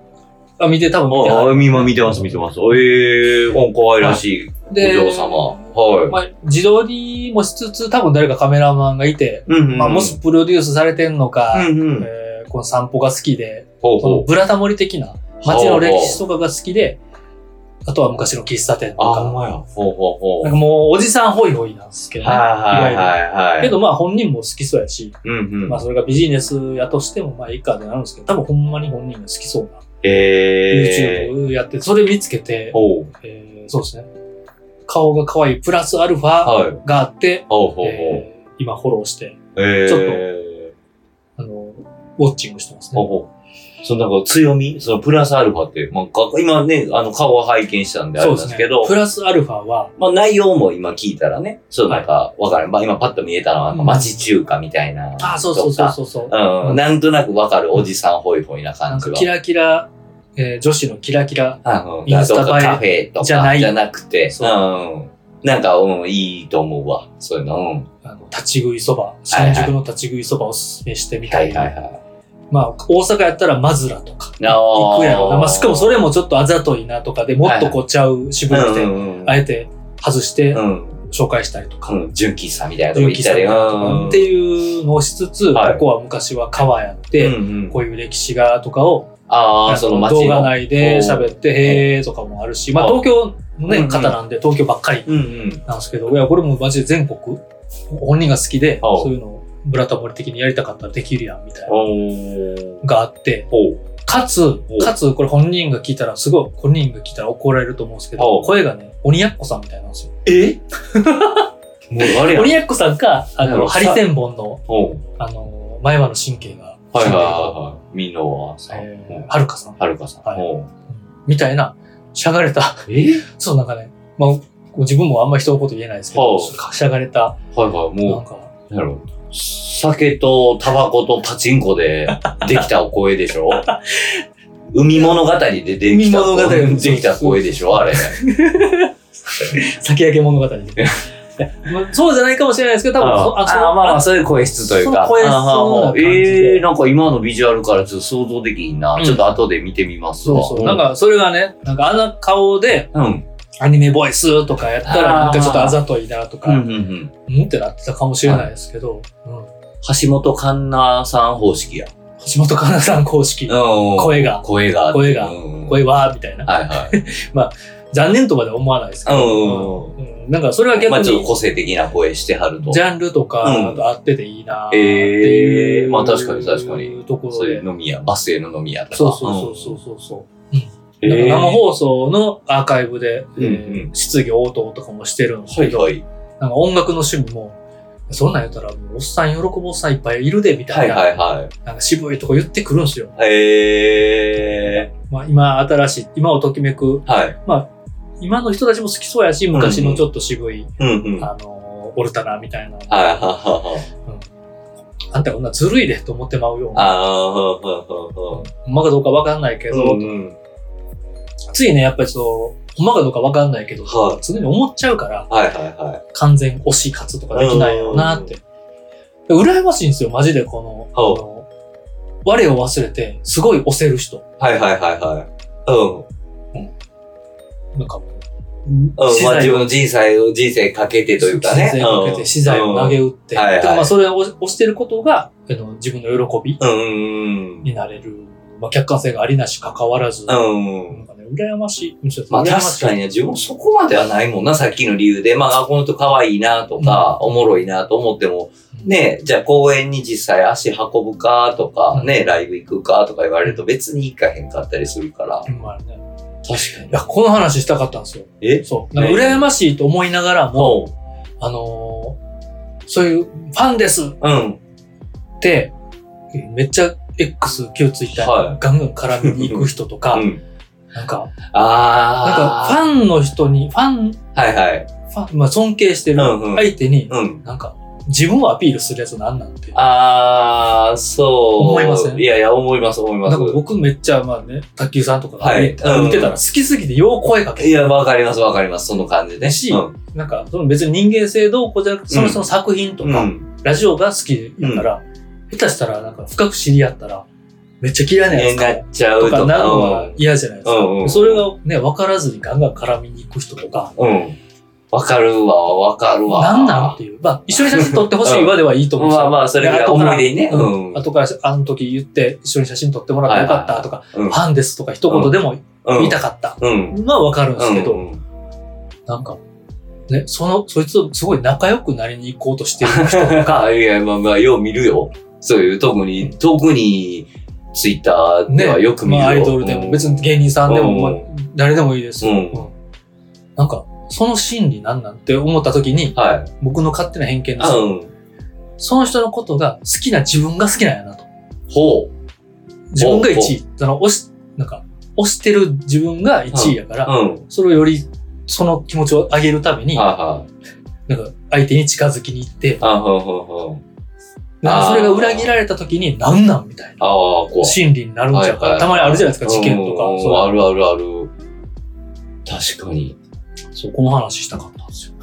S1: あ、見て、多分見て
S2: あ
S1: は
S2: あ、今見てます、見てます。ええうん可愛らしい
S1: る。
S2: お嬢様。はい。
S1: まあ、自撮りもしつつ、多分誰かカメラマンがいて、
S2: うん、うん。
S1: まあ、もし、プロデュースされてんのか、
S2: うんうん。
S1: えーこの散歩が好きで、
S2: ほう
S1: この
S2: ほう。
S1: ブラタモリ的な街の歴史とかが好きで、あとは昔の喫茶店と
S2: あ、ほん
S1: か、
S2: まや。ほうほうほう。
S1: なん
S2: はい
S1: かもうおじさんホイホイなんですけど、ね、
S2: はいはいはい。
S1: けど、まあ本人も好きそうやし、
S2: うんうん。
S1: まあそれがビジネスやとしてもまあいいかってなるんですけど、多分ほんまに本人が好きそうな
S2: ええ
S1: YouTube やって、それ見つけて、
S2: ほう。
S1: えーそうですね。顔が可愛いプラスアルファ
S2: はい。
S1: があって、
S2: ほうほうほう。
S1: えー今フォローして、
S2: ええ
S1: ちょっ
S2: と。
S1: あの、ウォッチングしてます
S2: ほう
S1: ね。
S2: ほう。そのなんか強みそのプラスアルファって、まあ、か今ね、あの顔は拝見したんであ
S1: そ
S2: れ
S1: う
S2: な
S1: で
S2: んですす
S1: ね
S2: けど、。
S1: プラスアルファは、
S2: まあ内容も今聞いたらね、そうなんかわからん。まあ今パッと見えたのはなんか町中華みたいな。
S1: あ、そうそうそうそうそう。
S2: とか。うん、なんとなくわかるおじさんホイホイな
S1: な
S2: 感
S1: ん
S2: じ
S1: か
S2: は
S1: キ。ラキラ、えー女子のキラキラ。
S2: あの
S1: インスタ映え
S2: とかカフェとか
S1: じゃない
S2: じゃなくて、う
S1: そ
S2: ん。なんか、うん、いいと思うわ。そういうの。うん。
S1: あの立ち食いそば、新宿の立ち食いそばをおすすめしてみた。
S2: はいいはいはい。
S1: まあ、大阪やったらマズラとか、
S2: あー
S1: 行くやろうな。まあ、しかもそれもちょっとあざといなとかでもっとこうちゃう渋く
S2: う
S1: て、
S2: んうん
S1: あえて外して
S2: うん。
S1: 紹介したりとか、
S2: うん。純喫茶みたいなとこ
S1: 純
S2: 行
S1: 喫
S2: った
S1: 茶
S2: り。
S1: と
S2: う
S1: か
S2: ん
S1: っていうのをしつつ、こ
S2: はい
S1: こは昔は川やっ
S2: うん
S1: て、
S2: うん
S1: こういう歴史がとかを、
S2: あ
S1: あ
S2: あ、その
S1: の
S2: 街の。
S1: 動画内で喋って、へーとかもあるし、まあ、東京の
S2: うんう
S1: ね、
S2: ん
S1: 方なんで東京ばっかり
S2: うんうん。
S1: なんですけど、いや、これもマジで全国、本人が好きで、
S2: ああ
S1: そういうのをブラタモリ的にやりたかったらできるやん、みたいな、
S2: おー。
S1: があって、
S2: ほう。
S1: かつ、かつ、これ本人が聞いたら、すごい、本人が聞いたら怒られると思うんですけ
S2: あ
S1: ど
S2: あ、
S1: 声がね、鬼やっこさんみたいなんですよ。
S2: え もうあれやん
S1: 鬼。やっこさんか、あ
S2: なるほ
S1: の、
S2: ど
S1: ハリセンボンの、
S2: ほう。
S1: あの、前歯の神経が、
S2: はいはいはいはい。みんなはさ、
S1: えー
S2: うん
S1: はるかさん、
S2: はるかさん。
S1: はい
S2: ほう
S1: みたいな、しゃがれた、
S2: え
S1: そうなんかね、まあ、自分もあんま人のこと言えないですけど、
S2: あ
S1: しゃがれた、
S2: はいはい、
S1: な
S2: も
S1: んか、
S2: う、なんやろ。酒とタバコとパチンコでできたお声でし ょ海物語でできた、
S1: 海物語
S2: できた声でしょあれ。
S1: 酒焼け物語で。まあそうじゃないかもしれないですけど、多分そ、
S2: あ
S1: そ
S2: あまあまあ、そういう声質という
S1: その
S2: か。
S1: 声質の
S2: ああああ
S1: 感じで
S2: ええなんか今のビジュアルからちょっと想像できんな。
S1: うん
S2: ちょっと後で見てみます
S1: そ
S2: わ。
S1: うそう。なん、か、それがね、なんか、あの顔で、
S2: うん。
S1: アニメボイスとかやったら、な
S2: あー
S1: んかちょっとあざといなとか、
S2: う
S1: うんん、
S2: うんうん。
S1: ってなってたかもしれないですけど、うん、
S2: 橋本環奈さん方式や。
S1: 橋本環奈さん公式、
S2: 声
S1: 声が、
S2: 声が。
S1: 声が
S2: うん
S1: 声は、みたいな。
S2: はいはい。
S1: 残念とまでは思わないですけど、
S2: う
S1: うんなんか、それは逆
S2: まあちょっと
S1: に、
S2: 個性的な声してはると。
S1: ジャンルとか、
S2: うん
S1: あと合ってていいなっていう、
S2: えーまあ確かに確かに
S1: ところ
S2: そうい
S1: で
S2: う。飲み屋、バスへの飲み屋とか。
S1: そうそうそうそうそう。う
S2: うん。
S1: ん、
S2: えー
S1: なんか生放送のアーカイブで、
S2: うんうん
S1: えー質疑応答とかもしてるんです
S2: は
S1: け
S2: い
S1: ど、
S2: はい。
S1: なんか音楽の趣味も、そんなん言ったら、もうおっさん喜ぶおっさんいっぱいいるで、みた
S2: はいい
S1: な、
S2: はいは
S1: なんか渋いとこ言ってくるんですよ。
S2: い。え
S1: まあ今新しい、今をときめく、
S2: ー。はい。
S1: 今の人たちも好きそうやし、昔のちょっと渋い、
S2: うんうん。はい
S1: あのー、オルタナみたいな、
S2: はいはいはい。
S1: あんたこんなずるいでと思ってまうような、
S2: ああ、はいはいはいはい
S1: ほんまかどうかわかんないけど、
S2: うんうん
S1: ついね、やっぱりそう、ほんまかどうかわかんないけど、
S2: は
S1: 常に思っちゃうから、
S2: はいはいはい。
S1: 完全推し活とかできないよなって。で羨ましいんですよ、マジでこの、あ
S2: ほう
S1: の我を忘れて、すごい推せる人。
S2: はいはいはいはい。
S1: なんかもう、
S2: うん。うん、まあ自
S1: を
S2: 分の人生を、人生かけてというかね。
S1: 人生をかけて、資材を投げ打って、
S2: うんはいはい
S1: でまあそれを押してることが、あの自分の喜び
S2: うんうん
S1: になれる、まあ、客観性がありなし関わらず、
S2: う。
S1: なん
S2: うん。
S1: んかね、羨ましい。むしろ
S2: まあ
S1: 羨ま
S2: 確
S1: し
S2: かにね、自分そこまではないもんな、さっきの理由で。まあ、あこの人可愛いなとか、おもろいなと思っても、
S1: い。
S2: ね、じゃあ公園に実際足運ぶかとか
S1: う、ん
S2: ね、ライブ行くかとか言われると別に行かへんかったりするから。
S1: うん。まあね。
S2: 確か
S1: いや、この話したかったんですよ。
S2: え
S1: そう。なんか羨ましいと思いながらも、
S2: も
S1: あのーそういうファンですっ
S2: う、うん。
S1: て、めっちゃ X、旧ツイッター
S2: は
S1: にガンガン絡みに行く人とか、
S2: うん。
S1: なんか、なんかフ
S2: あ
S1: ァンの人に、ファン、フ
S2: ー。はいはい。
S1: ァン、まあ尊敬して
S2: う
S1: る
S2: んうん。
S1: 相手に、
S2: うん。
S1: なんか、自分をアピールするやつなんなんて。
S2: あー、そう。
S1: 思いません
S2: いやいや、思います、思い
S1: な
S2: ま
S1: ん
S2: す
S1: か。僕めっちゃ、まあね、卓球さんとかが
S2: はい
S1: 見て見てたら
S2: うん
S1: 好きすぎてよう声かけ
S2: いや、わかります、わかります。その感じね。
S1: し
S2: うん。
S1: なんか、その別に人間性どうこうじゃなくて、その人の作品と
S2: う
S1: か、
S2: ん。
S1: ラジオが好きだから、下手したらなんか深く知り合ったら、めっちゃ嫌いなやつ
S2: な
S1: か
S2: っちゃう
S1: と
S2: とか。
S1: かなるのは嫌じゃないです
S2: うんうんう
S1: か。
S2: ん
S1: それがね、分からずにガンガン絡みに行く人とか、
S2: うんうん。わかるわ、わかるわ。
S1: なんなんっていう。まあ、一緒に写真撮ってほしいわではいいと思うんです
S2: ま
S1: よ。
S2: あまあ、それが思い出にね。うん。
S1: 後から、あの時言って、一緒に写真撮ってもらってよかったとか、
S2: うん
S1: ファンですとか一言でも
S2: うん
S1: 言いたかった。
S2: うん。
S1: まあわかるんですけ
S2: う
S1: ど、
S2: んうん
S1: なんか、ね、その、そいつとすごい仲良くなりに行こうとしてる人とか、
S2: あいや、まあまあ、よう見るよ。そういう、特に、特に、ツイッターではよく見るよ。
S1: まあ、アイドルでも、別に芸人さんでも、まあ誰でもいいです、
S2: うん
S1: なんか、その心理なんなんって思った時に、
S2: はい。
S1: 僕の勝手な偏見です
S2: あ、
S1: よ、
S2: うん。
S1: その人のことが好きな自分が好きなんやなと。
S2: ほう。
S1: 自分が1位。その、押し、なんか、押してる自分が1位やから、
S2: うん。
S1: それをより、その気持ちを上げるために、
S2: はいはい。
S1: なんか、相手に近づきに行って、
S2: あ、ほうほうほう。
S1: なんかそれが裏切られた時に、なんなんみたいな。
S2: ああ、こう。
S1: 心理になるんちゃうか
S2: はいはいは
S1: ら、
S2: い
S1: たまにあるじゃないですか、事件とか
S2: うん。うん
S1: そう
S2: あるあるある。確かに。
S1: そうこの話したかったんです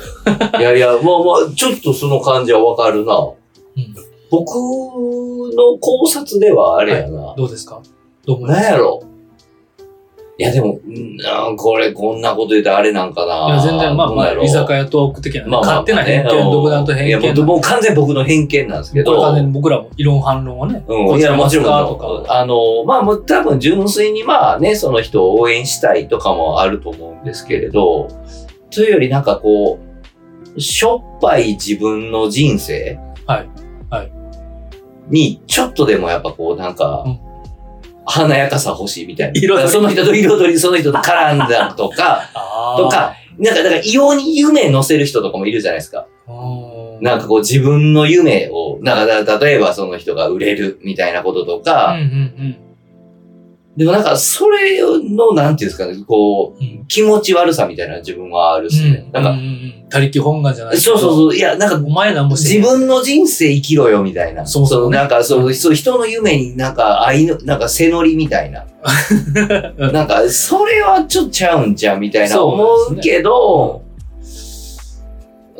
S1: よ。
S2: いやいや、まあまあ、ちょっとその感じはわかるな。
S1: うん
S2: 僕の考察ではあれやな。
S1: どうですかどう思いま
S2: なん
S1: す
S2: やろいやでも、うんあーこれこんなこと言うてあれなんかな。
S1: いや、全然、まあ
S2: どう
S1: ま
S2: なん
S1: あ
S2: や、ろ
S1: 居酒屋トーク的なね、勝手な偏
S2: まあまあ
S1: 見、
S2: ね
S1: 独断と
S2: い
S1: 偏見
S2: やもう
S1: なんで。
S2: もう完全に僕の偏見なんですけ
S1: これ完全
S2: ど。
S1: に僕らも異論反論をね、
S2: う
S1: こ
S2: ん、い
S1: ちら
S2: や、もちろん
S1: がとか、
S2: あの、まあ、もう多分純粋にまあね、その人を応援したいとかもあると思うんですけれど、というよりなんかこう、しょっぱい自分の人生
S1: はいはい
S2: に、ちょっとでもやっぱこう、なんか
S1: うん、
S2: 華やかさ欲しいみたいな。
S1: 彩り
S2: だからその人と彩り、その人と絡んだ とか、と
S1: と、
S2: か、なんか、だから異様に夢乗せる人とかもいるじゃないですか。
S1: う
S2: なんかこう自分の夢を、なんかだ例えばその人が売れるみたいなことと
S1: うん
S2: か、
S1: うんうん
S2: でもなんかそれの、なんていうんですかね、こ
S1: うん
S2: う、気持ち悪さみたいな自分はあるっすね。
S1: うん。
S2: な
S1: うんんうん他力本願じゃな
S2: か、
S1: い
S2: そうそう
S1: う。
S2: そう、いや、なんか
S1: お前なんもして
S2: 自分の人生生きろよみたいな。
S1: そうそう
S2: のなんかそう、そう人の夢になんか愛の、なんか背乗りみた いな。
S1: うん
S2: なんか、それはちょっとちゃうんじゃんみたいな
S1: そうです
S2: 思
S1: ね
S2: うけど、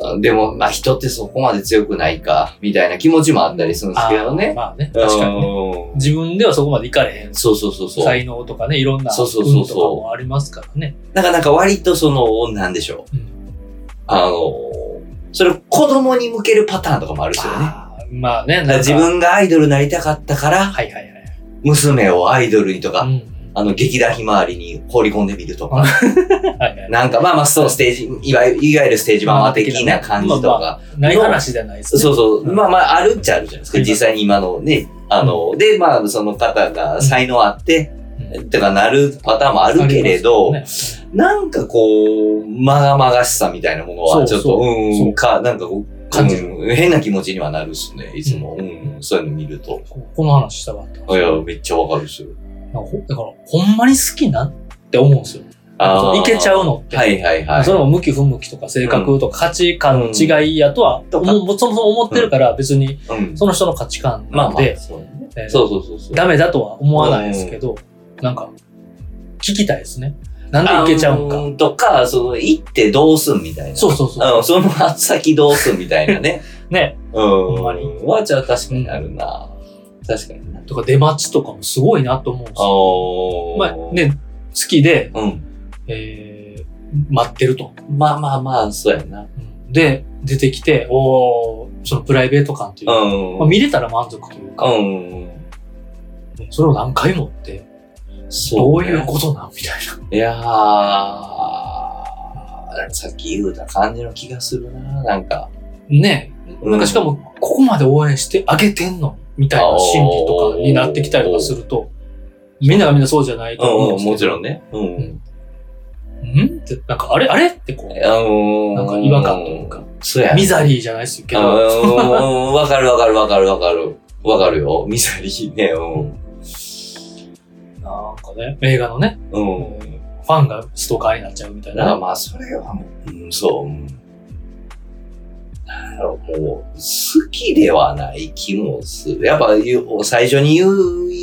S2: あでも、まあ人ってそこまで強くないか、みたいな気持ちもあったりするんですけどね
S1: あー。まあね、確かにね。
S2: に。
S1: 自分ではそこまでいかれへん。
S2: そうそうそうそう。
S1: 才能とかね、いろんな
S2: そうそうそう
S1: 運と
S2: そ
S1: か
S2: う
S1: もありますからね。
S2: なんかなんか割とその、なんでしょう。
S1: うん
S2: あの、それ子供に向けるパターンとかもあるんですよね。
S1: あーまあね、なんか
S2: 自。分がアイドルになりたかったから、
S1: はいはいはい。
S2: 娘をアイドルにとか、
S1: うん
S2: あの、劇団ひまわりに放り込んでみるとか、
S1: はいはい
S2: なんかまあまあ、そう、ステージ、いわゆるいわゆるステージママ的な感じと
S1: まあ
S2: か、
S1: ない話じゃないですね。
S2: そうそう、
S1: うん
S2: まあまあ、あるっちゃあるじゃないです
S1: あ
S2: か、
S1: ります
S2: 実際に今のね、あの、で、まあ、その方が才能あって、
S1: うん
S2: とかなるパターンもあるけれど、
S1: ありますよね
S2: なんかこう、まがまがしさみたいなものは、ちょっ
S1: そ
S2: と、
S1: う
S2: う、
S1: そうんそう
S2: か、なんかこう、
S1: 感じる
S2: うん変な気持ちにはなるしね、いつも、
S1: う
S2: うんん、そういうの見ると。
S1: ここの話したかったんです
S2: い
S1: よ
S2: や、めっちゃわかるっすよ。
S1: なんかほだから、ほんまに好きなんって思うんですよ。
S2: ー
S1: いけちゃうのって。
S2: はいはいはい。
S1: それも向き不向きとか性格とか価値観の違いやとは、
S2: うん
S1: もうそもそも思ってるから別に
S2: うん。
S1: その人の価値観
S2: まあ
S1: な
S2: ま
S1: ん
S2: あ
S1: で、、
S2: そうね
S1: えー
S2: そうそうそうそう。
S1: ダメだとは思わないですけど、なんか聞きたいですね。なんでいけちゃうん
S2: あ
S1: か。
S2: ーとか、その、行ってどうすんみたいな。
S1: そうそうそう。
S2: うん、その先どうすんみたいなね。
S1: ね。
S2: うん。
S1: んまに
S2: は、じゃあ確かにあるな。確かにな。
S1: とか出待ちとかもすごいなと思うんですよ。
S2: お
S1: まあ、。ね、好きで、
S2: うん。
S1: えー待ってると。
S2: まあまあまあ、そうやな。
S1: うんで、出てきて、おーそのプライベート感というか、
S2: うん。
S1: まあ、見れたら満足というか、
S2: うん。
S1: それを何回もって、ど
S2: そうね
S1: いうことなんみたい
S2: いやー、さっき言うた感じの気がするな、なんか。
S1: な。ね
S2: うん
S1: なんかしかも、ここまで応援してあげてんのみたいな心理とかになってきたりとかすると、みんながみんなそうじゃないと思うんですけど。
S2: もちろんね。うん
S1: ん。んって、なんか、あれあれってこう、
S2: あのー
S1: なんか違和感というか。
S2: そうや。
S1: ミザリーじゃないですけ
S2: あ
S1: ど、
S2: ーうんわかるわかるわかるわかる。わかるよ。ミサリーね。うん。
S1: ね、映画のね、
S2: うん。
S1: ファンがストーカーになっちゃうみたい
S2: だから
S1: な。
S2: まあ、それは、うん、そううん。なんだろう、もう、好きではない気もする。やっぱ、言う最初に言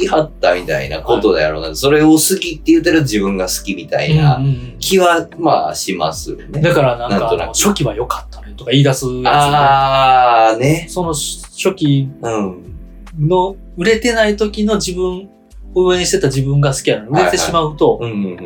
S2: い張ったみたいなことだろうな。それを好きって言ってる自分が好きみたい
S1: うん
S2: な
S1: うんうん
S2: 気は、まあ、しますよね。
S1: だからなん
S2: なん
S1: か、
S2: と
S1: あ
S2: な
S1: の
S2: く
S1: 初期は良かったねとか言い出すや
S2: あー、
S1: つ、ね、
S2: ね。
S1: その初期
S2: うん。
S1: の売れてない時の自分、応援してた自分が好きやのに売れてしまうと、
S2: うんうん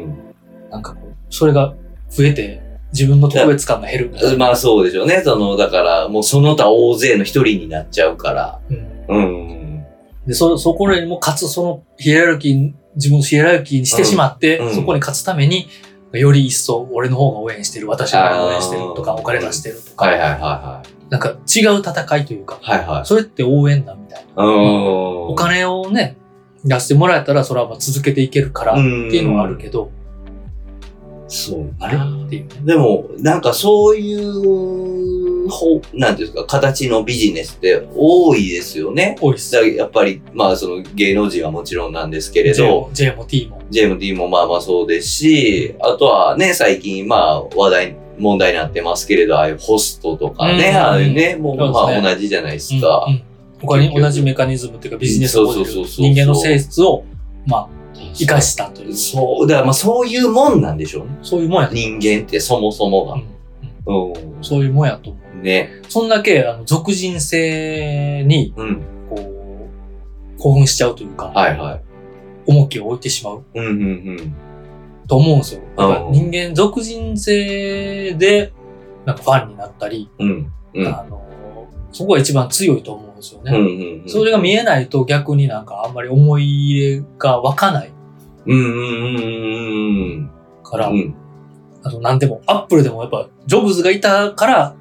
S1: なんかこう、それが増えて、自分の特別感が減るみた
S2: う
S1: い
S2: ん。
S1: な。
S2: まあ、そうでしょうね。その、だから、もうその他大勢の一人になっちゃうから。
S1: うん
S2: うん。
S1: で、そ、そこらにもかつ、そのヒエラルキー、自分のヒエラルキーにしてしまって、
S2: うんうん
S1: そこに勝つために、より一層俺の方が応援してる、私の方が応援してるとか、
S2: あー
S1: お金出してるとか、
S2: はいはいは
S1: なんか違う戦いというか、
S2: いはい。はいはい。
S1: それって応援だみたいな。
S2: うん。
S1: お金をね、出してもらえたら、それはまあ続けていけるから、って
S2: ん
S1: いうのはあるけど、
S2: そう。
S1: あれっていうね。
S2: でも、なんかそういう、ほなんていうんですか、形のビジネスって多いですよね。
S1: 多いっす
S2: だ。からやっぱり、まあその芸能人はもちろんなんですけれ
S1: J
S2: ど、
S1: も J も T も。
S2: JMD もまあまあそうですし、あとはね、最近まあ話題、問題になってますけれど、ああいうホストとかね、
S1: うん
S2: ああいうね、もう
S1: そうです
S2: ま
S1: ね
S2: あ同じじゃないですか。
S1: うんうん他に
S2: 結局
S1: 同じメカニズムっていうかビジネスモデル
S2: そうそうそうそう
S1: 人間の性質を、まあ、生かしたという、
S2: そう、だからまあそういうもんなんでしょうね。
S1: そういうもんやと、
S2: 人間ってそもそも
S1: う
S2: が。
S1: ん
S2: うん。
S1: そういうもんやと思
S2: ね。
S1: う。そんだけ、あの、俗人性に、
S2: うん。
S1: こう、興奮しちゃうというか、
S2: はいはい。
S1: 重きを置いてしまう
S2: うんうんうん。
S1: と思うんですよ。だから
S2: うん
S1: 人間、俗人性で、なんかファンになったり、
S2: うん。うん。
S1: あの、そこが一番強いと思うんですよね。
S2: うんうんうん、
S1: それが見えないと逆になんかあんまり思い入れが湧かない
S2: うんうんうん
S1: から、
S2: うんうん。
S1: あの、なんでも、アップルでもやっぱ、ジョブズがいたから、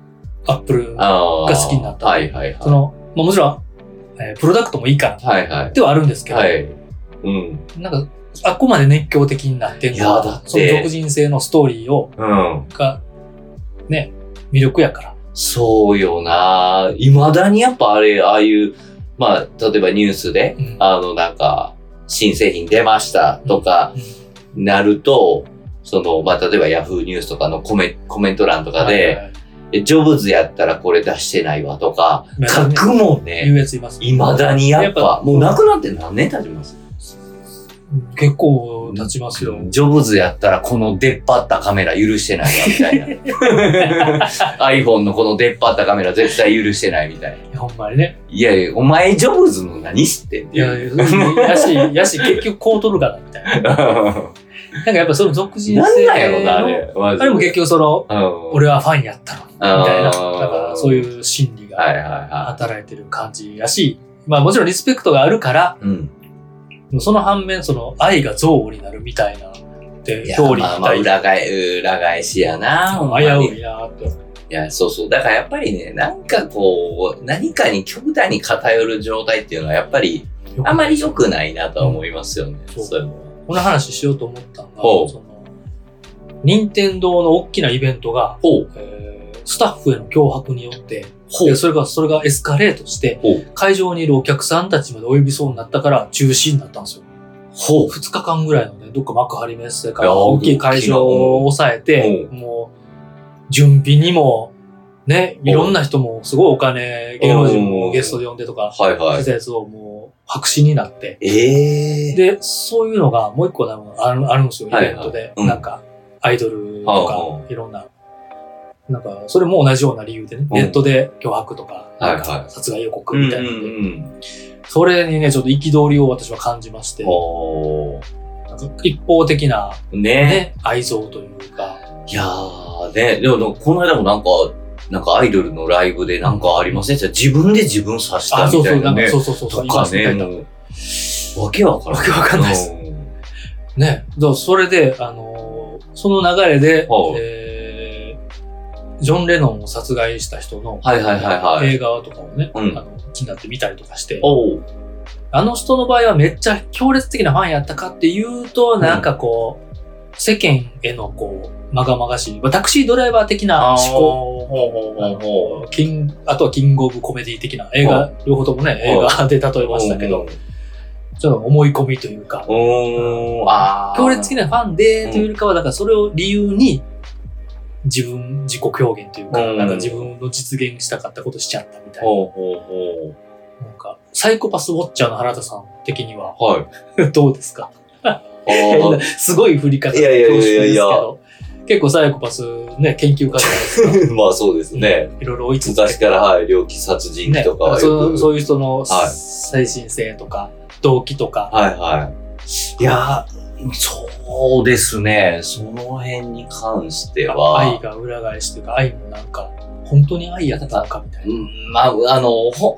S1: アップル、
S2: あ
S1: が好きになった
S2: はいはいはい。
S1: その、まあ、もちろん、えープロダクトもいいから、
S2: はいはい。
S1: ではあるんですけど、
S2: はい。うん。
S1: なんか、あっこまで熱狂的になってんの
S2: いやだ
S1: は
S2: っ、て
S1: その独人性のストーリーを、
S2: うん。
S1: が、ね、魅力やから。
S2: そうよな未だにやっぱあれ、ああいう、まあ、例えばニュースで、
S1: うん
S2: あの、なんか、新製品出ましたとか、なると、その、まあ、例えばヤフーニュースとかのコメコメント欄とかで、えジョブズやったらこれ出してないわとか、書
S1: っ
S2: くも
S1: 言
S2: んね。
S1: うやついます。
S2: 未だにやっ
S1: やっ
S2: ぱ
S1: ぱ、
S2: もうなくなって何年経ちます
S1: 結構立ちますよ。
S2: ジョブズやったらこの出っ張ったカメラ許してないわみたいな。iPhone のこの出っ張ったカメラ絶対許してないみたいな。
S1: いやほんまにね。
S2: いやいや、お前ジョブズの何知ってんって
S1: い
S2: い
S1: や、
S2: う。
S1: やし、やし、結局こう取るかな、みたいな。なんかやっぱその俗人性の。
S2: 何なんやろな、あれ。あ
S1: あれも結局その、俺はファンやったのにみ
S2: あー
S1: たいな、だからそういう心理
S2: は
S1: が
S2: いはいは
S1: 働いてる感じやし、まあもちろんリスペクトがあるから、
S2: い。うん。
S1: その反面その愛が憎悪になるみたいなって
S2: い
S1: 表
S2: や
S1: 裏
S2: まあ
S1: 一
S2: ま
S1: 体
S2: あ裏返、裏返しやな。ほんまに
S1: 危ういなって。
S2: いや、そうそう。だからやっぱりね、なんかこう、何かに極端に偏る状態っていうのはやっぱり、あまり良くないなとは思いますよね。
S1: そう
S2: そういうのは
S1: この話しようと思ったのが、
S2: ほう
S1: その、任天堂の大きなイベントが、
S2: ほう。
S1: えースタッフへの脅迫によって、
S2: ほ
S1: でそれが、それがエスカレートして
S2: ほう、
S1: 会場にいるお客さんたちまでお呼びそうになったから中止になったんですよ。
S2: ほう。
S1: 2日間ぐらいのね、どっか幕張メッセから
S2: いやー
S1: 大きい会場を抑えて、
S2: う
S1: もう、準備にも、ね、いろんな人もすごいお金、芸能人もゲストで呼んでとか、
S2: はいは
S1: 施
S2: い。
S1: 設をもう白紙になって。
S2: ええ
S1: で、そういうのがもう一個なんかあるあるんですよ、イ
S2: はいはい
S1: ベントで。
S2: うん
S1: なんか、アイドル
S2: は
S1: とか、いろんな。なんか、それも同じような理由でね、
S2: うん
S1: ネットで脅迫とか、な
S2: はいは
S1: ん
S2: い
S1: か殺害予告
S2: うん
S1: み
S2: う
S1: たい
S2: ん
S1: なの
S2: う
S1: で。
S2: ん。
S1: それにね、ちょっと憤りを私は感じまして、
S2: ほ
S1: なんか一方的な
S2: う。ね
S1: ね、愛憎というか、
S2: いやー、ね。でも、この間もなんか、なんかアイドルのライブでなんかありませんでした自分で自分刺した
S1: あ、そ
S2: み
S1: う
S2: た
S1: そう、
S2: い
S1: な
S2: なん
S1: か、
S2: ね。
S1: そうそうそう、
S2: と
S1: いま
S2: か
S1: すみた
S2: ね。
S1: いな
S2: もうわけわからん。
S1: わけわかんないです
S2: うん
S1: ね、だからそれで、あのーその流れで
S2: はい、
S1: えージョン・レノンを殺害した人の
S2: はいはいはいはい。
S1: 映画とかをね、
S2: うん
S1: あの気になって見たりとかして、
S2: おう。
S1: あの人の場合はめっちゃ強烈的なファンやったかっていうと、
S2: ん
S1: なんかこう、世間へのこう、まがまがしい、まあタクシードライバー的な思考。
S2: 考。ほうほうほうほう。
S1: キンあとはキングオブコメディ的な映
S2: は
S1: 画、両方ともね、映画で例えましたけど、その思い込みというか、
S2: おー、あー。
S1: 強烈的なファンで
S2: うん
S1: というよりかは、だからそれを理由に、自分、自己表現というか、
S2: うん
S1: なんか自分の実現したかったことしちゃったみたいな。
S2: ほうほうほ
S1: なんか、サイコパスウォッチャーの原田さん的には
S2: う。はい。
S1: どうですか
S2: あ ー
S1: すごい振り方
S2: いやいやいやいや
S1: 恐縮ですけど結構サイコパスね、研究家じゃない ですか。
S2: まあそうですね。
S1: いろいろ追いつつ
S2: 昔から、はい、猟奇殺人鬼
S1: ね
S2: とかはよ
S1: そ
S2: く。
S1: うそういう人の
S2: はい
S1: 精神性とか、動機とか、
S2: はいはい。いやー、そうですね。その辺に関して
S1: 愛
S2: は、
S1: が裏返しというか、愛もなんか、本当に愛やったのかみたいな。
S2: うんまあ、あの、ほ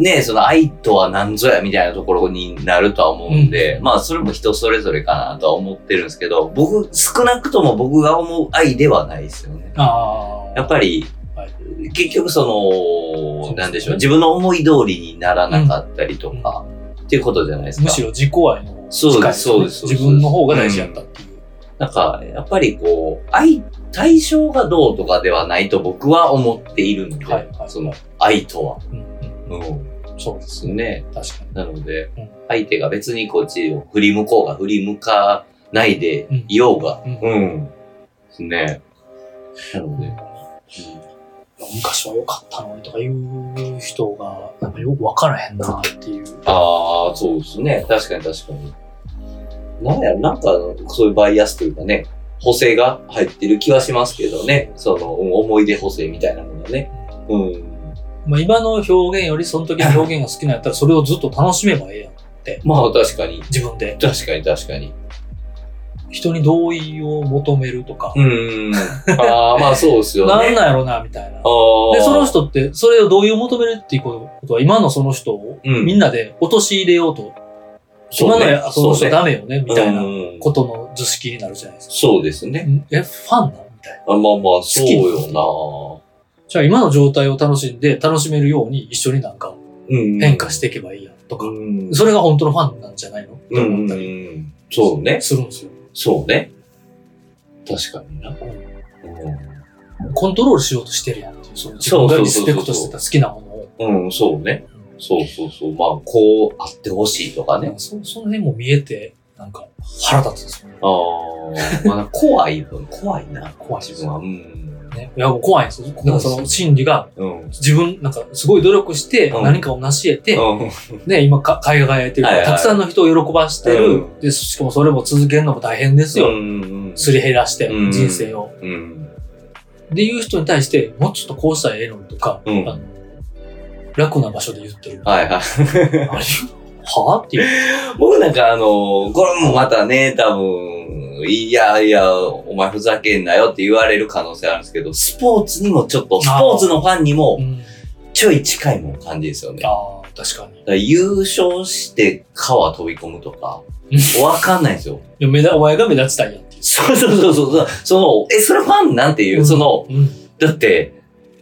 S2: ねその愛とは何ぞやみたいなところになるとは思うんで、
S1: う
S2: まあ、それも人それぞれかなとは思ってるんですけど、僕、少なくとも僕が思う愛ではないですよね。
S1: ああ。
S2: やっぱり
S1: はい、
S2: 結局そ
S1: そうです
S2: の、
S1: ね
S2: なんでしょう、自分の思い通りにならなかったりとか、っていうことじゃないです
S1: む
S2: か
S1: し。ろ自己愛の方が
S2: そうですそうですそうです
S1: 自分の方が大事だったっていう。
S2: なんか、やっぱりこう、愛、対象がどうとかではないと僕は思っているので、
S1: はいはい
S2: その、愛とは。
S1: うんうん
S2: うん。
S1: そうです
S2: そうね。
S1: 確かに。
S2: なので、
S1: うん
S2: 相手が別にこっちを振り向こうが振り向かないでいようが、
S1: うん
S2: うん。ですね。なので、
S1: 昔は良かったのにとか言う人が、なんかよく分からへんなっていう。
S2: ああ、そうですね。確かに確かに。なんやろ、なんか、そういうバイアスというかね、補正が入ってる気はしますけどね。その、うん思い出補正みたいなものね。うん。
S1: まあ、今の表現よりその時の表現が好きなんやったら、それをずっと楽しめばええやん。
S2: まあ、確かに。
S1: 自分で。
S2: 確かに確かに。
S1: 人に同意を求めるとか。
S2: うん。 ああ、まあそうですよ
S1: なん
S2: ね。あ
S1: なんやろな、みたいな。
S2: あ。
S1: で、その。人って、それを同意を求めるっていうことは、今のその人を
S2: うん
S1: みんなで陥れようと、
S2: そう
S1: 今の
S2: ね
S1: やその人ダメよね、みたいな
S2: うんうん
S1: ことの図式になるじゃないですか。
S2: そうですね。
S1: んえ、ファンなのみたいな。
S2: あまあまあ、
S1: き
S2: そうよ
S1: じゃあ今の状態を楽しんで、楽しめるように一緒になんか
S2: な。うん。
S1: 変化していけばいいやんとか
S2: う、ん。
S1: それが本当のファンなんじゃないのと
S2: うん
S1: 思っ
S2: う
S1: たり
S2: ん。そうね。
S1: するんですよ。
S2: そうね。確かにな。うん
S1: コントロールしようとしてるやんっていう、その自分がリスペクトしてた好きなものを。
S2: うん、そうね。
S1: うん
S2: そうそうそう。まあ、こうあってほしいとか
S1: なん
S2: ね
S1: か。そその辺も見えて、なんか腹立つんですよね。
S2: ああ、まあ、怖い分、怖いな。
S1: 怖い
S2: 自分は。うん。
S1: ね、いや、もう怖いんですよ。なんかその心理が、
S2: うん。うん。
S1: 自分、なんかすごい努力して、
S2: うん
S1: 何かを成し得て、
S2: はい
S1: ね、今か、海外やってる
S2: はいはい
S1: たくさんの人を喜ばしてる、
S2: うん
S1: で、しかもそれも続けるのも大変です
S2: う
S1: よ。
S2: んうん。
S1: すり減らして、
S2: うん
S1: 人生を。
S2: うん。
S1: で、いう人に対して、もうちょっとこうしたらええのにとか、
S2: うん
S1: あの楽な場所で言 ってる。
S2: はいはい。
S1: 何はぁっていう。
S2: 僕なんかあの、これもまたね、多分、いやいや、お前ふざけんなよって言われる可能性あるんですけど、スポーツにもちょっと、スポーツのファンにも
S1: うん
S2: ちょい近いもん感じですよね。だか
S1: ああ、確かに。
S2: ら優勝して川飛び込むとか
S1: う、
S2: わかんないですよ。
S1: いや目立お前が目立ちたいやんっていう。
S2: そうそうそうそう。その、え、それファンなんていう、その、
S1: うん、
S2: だって、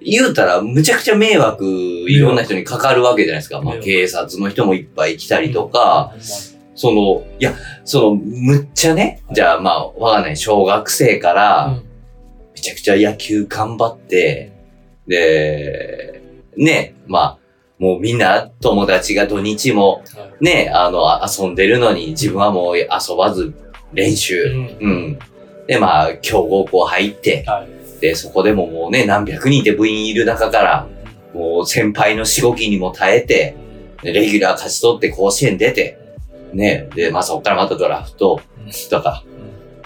S2: 言うたら、むちゃくちゃ迷惑、いろんな人にかかるわけじゃないですか。まあ、
S1: 迷惑
S2: 警察の人もいっぱい来たりとか、
S1: うん、
S2: その、いや、その、むっちゃね、じゃあまあ、わかんない、小学生から、
S1: うん
S2: めちゃくちゃ野球頑張って、で、ね、まあ、もうみんな友達が土日も
S1: はい
S2: ね、あの、あ遊んでるのに自分はもう遊ばず練習。
S1: う
S2: うんん。で、まあ、強豪校入って、
S1: はい
S2: で、そこでももうね、何百人って部員いる中から、もう先輩のしごきにも耐えて、でレギュラー勝ち取って甲子園出て、ね、で、まあそっからまたドラフトとか、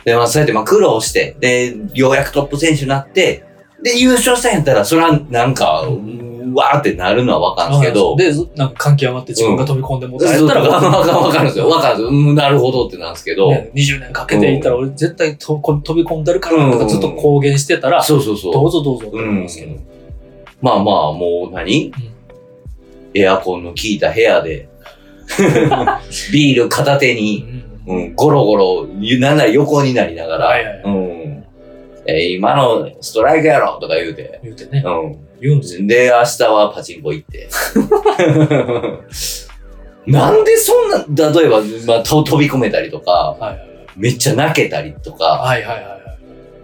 S2: で、まあそうやってまあ苦労して、で、ようやくトップ選手になって、で、優勝したんやったら、それはなんか、うーわーってなるのはわかるんですけど、
S1: で、ずなんか関係余って自分が飛び込んでもうたや
S2: そ
S1: っ
S2: う
S1: たら、
S2: わかわかわかるんですよ。わかるんですようん。なるほどってなんですけど、
S1: ね、20年かけていったら俺絶対とこ飛び込んでるか
S2: う
S1: ら
S2: ん
S1: とかずっと公言してたら、
S2: そうそうそう。
S1: どうぞどうぞって
S2: う
S1: 思い
S2: ん
S1: ますけど。。
S2: まあまあ、もう何、
S1: ん
S2: エアコンの効いた部屋で、ビール片手に、
S1: うん
S2: うん、ゴロゴロ、ゆなんなら横になりながら、
S1: はいはいは
S2: うん。えー今のストライクやろとか言うて、
S1: 言うてね、
S2: う
S1: 言うんですよ。
S2: ん。で、明日はパチンコ行って。 なんでそんな、例えば、まあ、と飛び込めたりとか、
S1: はいはい
S2: めっちゃ泣けたりとか、
S1: はいはいはいはい。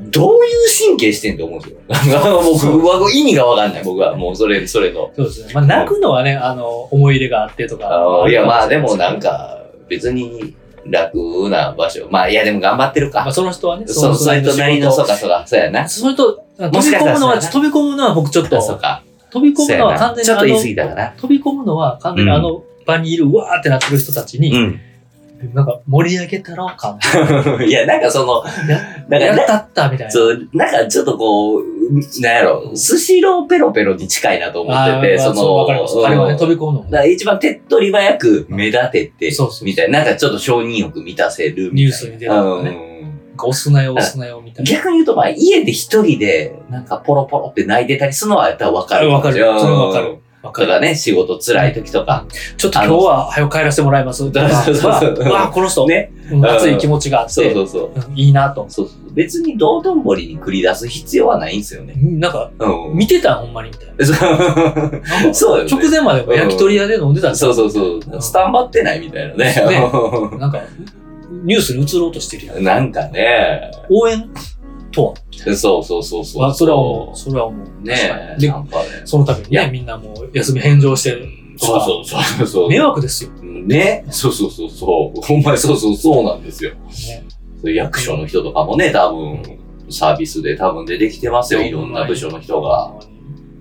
S2: どういう神経してんと思うんですよ。 なんか僕は意味がわかんない、僕は。もうそれ、それの。
S1: そうですね。まあ泣くのはね、あの、思い入れがあってとか。
S2: あのいや、まあでもなんか、別に楽な場所。まあ、いや、でも頑張ってる
S1: まあ、
S2: か。
S1: その人はね、
S2: そう、それとなりの、そうか、そうか、そうやな。
S1: それと、飛
S2: もし
S1: び
S2: かし
S1: 込
S2: たら
S1: むのは、
S2: そうやな
S1: 飛び込むのは僕ちょっと、
S2: そうか。
S1: 飛び込
S2: そう
S1: む
S2: や
S1: のは
S2: な
S1: 完全に
S2: ちょっと言い過ぎ
S1: あ
S2: たかな。
S1: の飛び込むのは完全に
S2: うん
S1: あの場にいる、うわーってなってる人たちに、
S2: う
S1: なんか盛り上げたろうか、
S2: ん。いや、なんかその、なんか
S1: や
S2: な
S1: ったったみたいな。
S2: そう、なんかちょっとこう、なんやろ、スシローペロペロに近いなと思
S1: あー
S2: ってて、
S1: まあ
S2: そ
S1: そうわかります。
S2: の、
S1: あれはね、
S2: うん
S1: 飛び込むのも
S2: だから一番手っ取り早く目立てて、
S1: そうそう
S2: みたいな、なんかちょっと承認欲満たせるみたいな。
S1: ニュースに出たとかね。
S2: うん
S1: なんか押すなよ、押すなよ、みたいな。
S2: 逆に言うと、まあ、家で一人で、なんかポロポロって泣いてたりするのは、やったらわかる。
S1: わかる
S2: うん
S1: それはわかる。わ
S2: とかね、仕事辛い時とか。
S1: ちょっと今日は、早く帰らせてもらいます。とか
S2: そうそうそう
S1: わあわあ、この人、
S2: ね。
S1: うん熱い気持ちがあっ
S2: そう
S1: て
S2: そ、うそう。
S1: うんいいなと。
S2: そうそう別に道頓堀に繰り出す必要はないんですよね。
S1: うんなんか、
S2: うん。
S1: 見てたほんまに、みたいな。
S2: そう
S1: なんか
S2: そうよね
S1: 直前までも焼き鳥屋で飲んでたんです
S2: そ
S1: よ。
S2: うそうそう。スタンバってないみたいなね。
S1: なんか、ニュースに映ろうとしてるやん。
S2: なんかね。
S1: 応援とは
S2: そうそうそうそう。
S1: まあそれは思う。それは思う。確か
S2: ね
S1: に
S2: え。
S1: で
S2: なんかね。
S1: そのために
S2: いや
S1: ね、みんなもう休み返上して、
S2: そうそうそうそう。
S1: 迷惑ですよ。
S2: ね。そうそうそうそう。ほんまにそうそうそうなんですよ。
S1: ね
S2: そういう役所の人とかもね、多分、サービスで多分出てきてますよ。いろんな部署の人が。。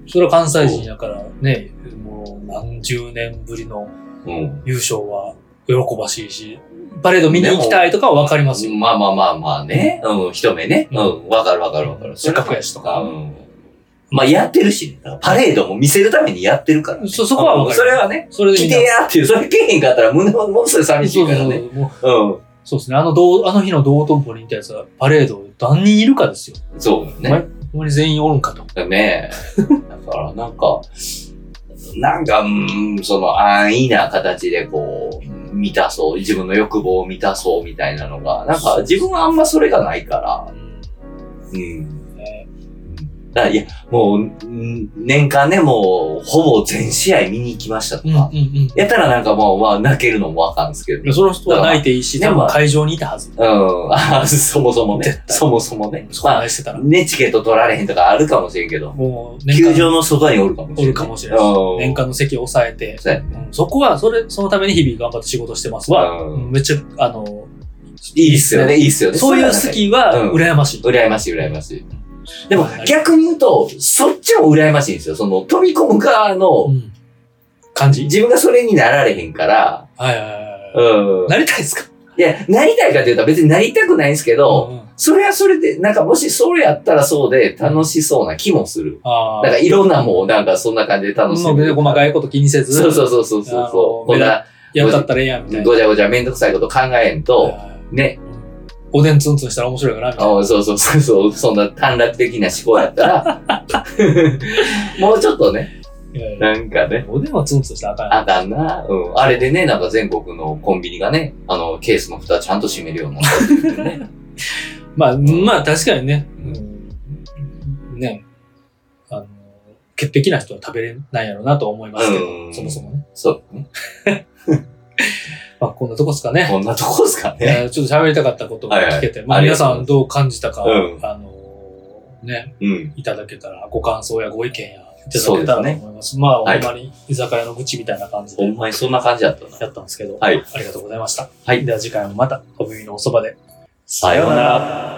S1: それは関西人やからね、もう何十年ぶりの
S2: うん。
S1: 優勝は喜ばしいし、パレード見に行きたいとかはわかりますよ。
S2: まあまあまあまあね。うん、一目ね。う
S1: うん
S2: ん、わかるわかるわかる。
S1: せっかくやしと
S2: う
S1: か。
S2: ん。まあやってるしね。だからパレードも見せるためにやってるから。
S1: そ、そこはわかる。
S2: それはね、
S1: それで
S2: 来
S1: みん
S2: て
S1: な。
S2: やっていう、それけえへんかったら胸もものすごい寂し
S1: そ
S2: いうか
S1: そう
S2: ら
S1: そう
S2: ね。
S1: もう
S2: う
S1: そうですね。あの道、あの日の道頓堀に行ったやつは、パレード何人いるかですよ。
S2: ん。そう
S1: お前
S2: ね。
S1: ほんまに全員おるんかと。
S2: ねえだからなんか、なんか、うん、その安易な形でこう、満たそう、自分の欲望を満たそうみたいなのが、なんか自分はあんまそれがないから、うん。
S1: ね
S2: だからいや、もう、ん年間ね、もう、ほぼ全試合見に行きましたと
S1: うんうん
S2: か。
S1: うん。
S2: やったらなんかもう、まあ、泣けるのもわかるんですけど。
S1: いやその人は泣いていいし、
S2: だ
S1: 多
S2: から
S1: 分会場にいたはず。
S2: うん。あ そもそも
S1: 絶
S2: ね。
S1: 対
S2: そもそもね。
S1: そん
S2: ま
S1: なしてた
S2: あ、
S1: ら。
S2: ね、チケット取られへんとかあるかもしれんけど。
S1: もう、
S2: 球
S1: 年間、
S2: 場の外におるかもしれん。
S1: おるかもしれないし
S2: うん
S1: 年間の席を抑えて、
S2: そうやね
S1: うんそこは、それ、そのために日々頑張って仕事してますわ。
S2: うん
S1: めっちゃ、あの、
S2: いいっすよね、いいっすよね。
S1: そういう
S2: れはなん
S1: 好
S2: か。
S1: きは
S2: うん
S1: 羨ましい。
S2: 羨ましい、羨ましい。でも
S1: はい、
S2: 逆に言うと、そっちも羨ましいんですよ。その、飛び込む側
S1: う
S2: の、
S1: ん感じ
S2: 自分がそれになられへんから、
S1: はいはいはいは
S2: うん
S1: い。。なりたいですか
S2: いや、なりたいかって言ったら別になりたくないんですけど、
S1: うんうん
S2: それはそれで、なんかもしそれやったらそうで楽しそうな気もする。
S1: あ
S2: なんか
S1: あ。
S2: いろんなもん、なんかそんな感じで楽し
S1: もう別に
S2: む。
S1: 細かいこと気にせず、
S2: そうそうそうそうそうそう。こんな、
S1: やったったらええやんみたいな。
S2: ごちゃごちゃめんどくさいこと考えんと、
S1: はいはい
S2: ね、
S1: おでんツンツンしたら面白いかなみたいな。
S2: あそうそうそうそう、そんな短絡的な思考やったら、 もうちょっとね、
S1: いやいや
S2: なんかね、
S1: おでんはツンツンしたらあかんやん
S2: あかんな、うん。あれでね、なんか全国のコンビニがね、あの、ケースの蓋ちゃんと閉めるようになったってい うね。
S1: まあ、まあ確かにね、
S2: う
S1: うん、ね、あの、潔癖な人は食べれないやろうなと思いますけ
S2: う
S1: ど、
S2: ん
S1: そもそもね。
S2: そうね。
S1: まあこんなとこですかね。
S2: こんなとこですかね。
S1: えーちょっと喋りたかったことを
S2: はいはい
S1: 聞けて、まあ
S2: ありが
S1: 皆
S2: とうござい
S1: さ
S2: ます
S1: んどう感じたか、
S2: うん
S1: あの、ね、
S2: うん。
S1: いただけたら、ご感想やご意見やいただけたらと思います。まあ、
S2: はい
S1: ほんまに居酒屋の愚痴みたいな感じ
S2: ほ
S1: で
S2: んまにそんな感じだったな。
S1: やったんですけど、
S2: はい
S1: ありがとうございました。
S2: はい
S1: では次回もまた、お耳のおそばで。
S2: さようなら。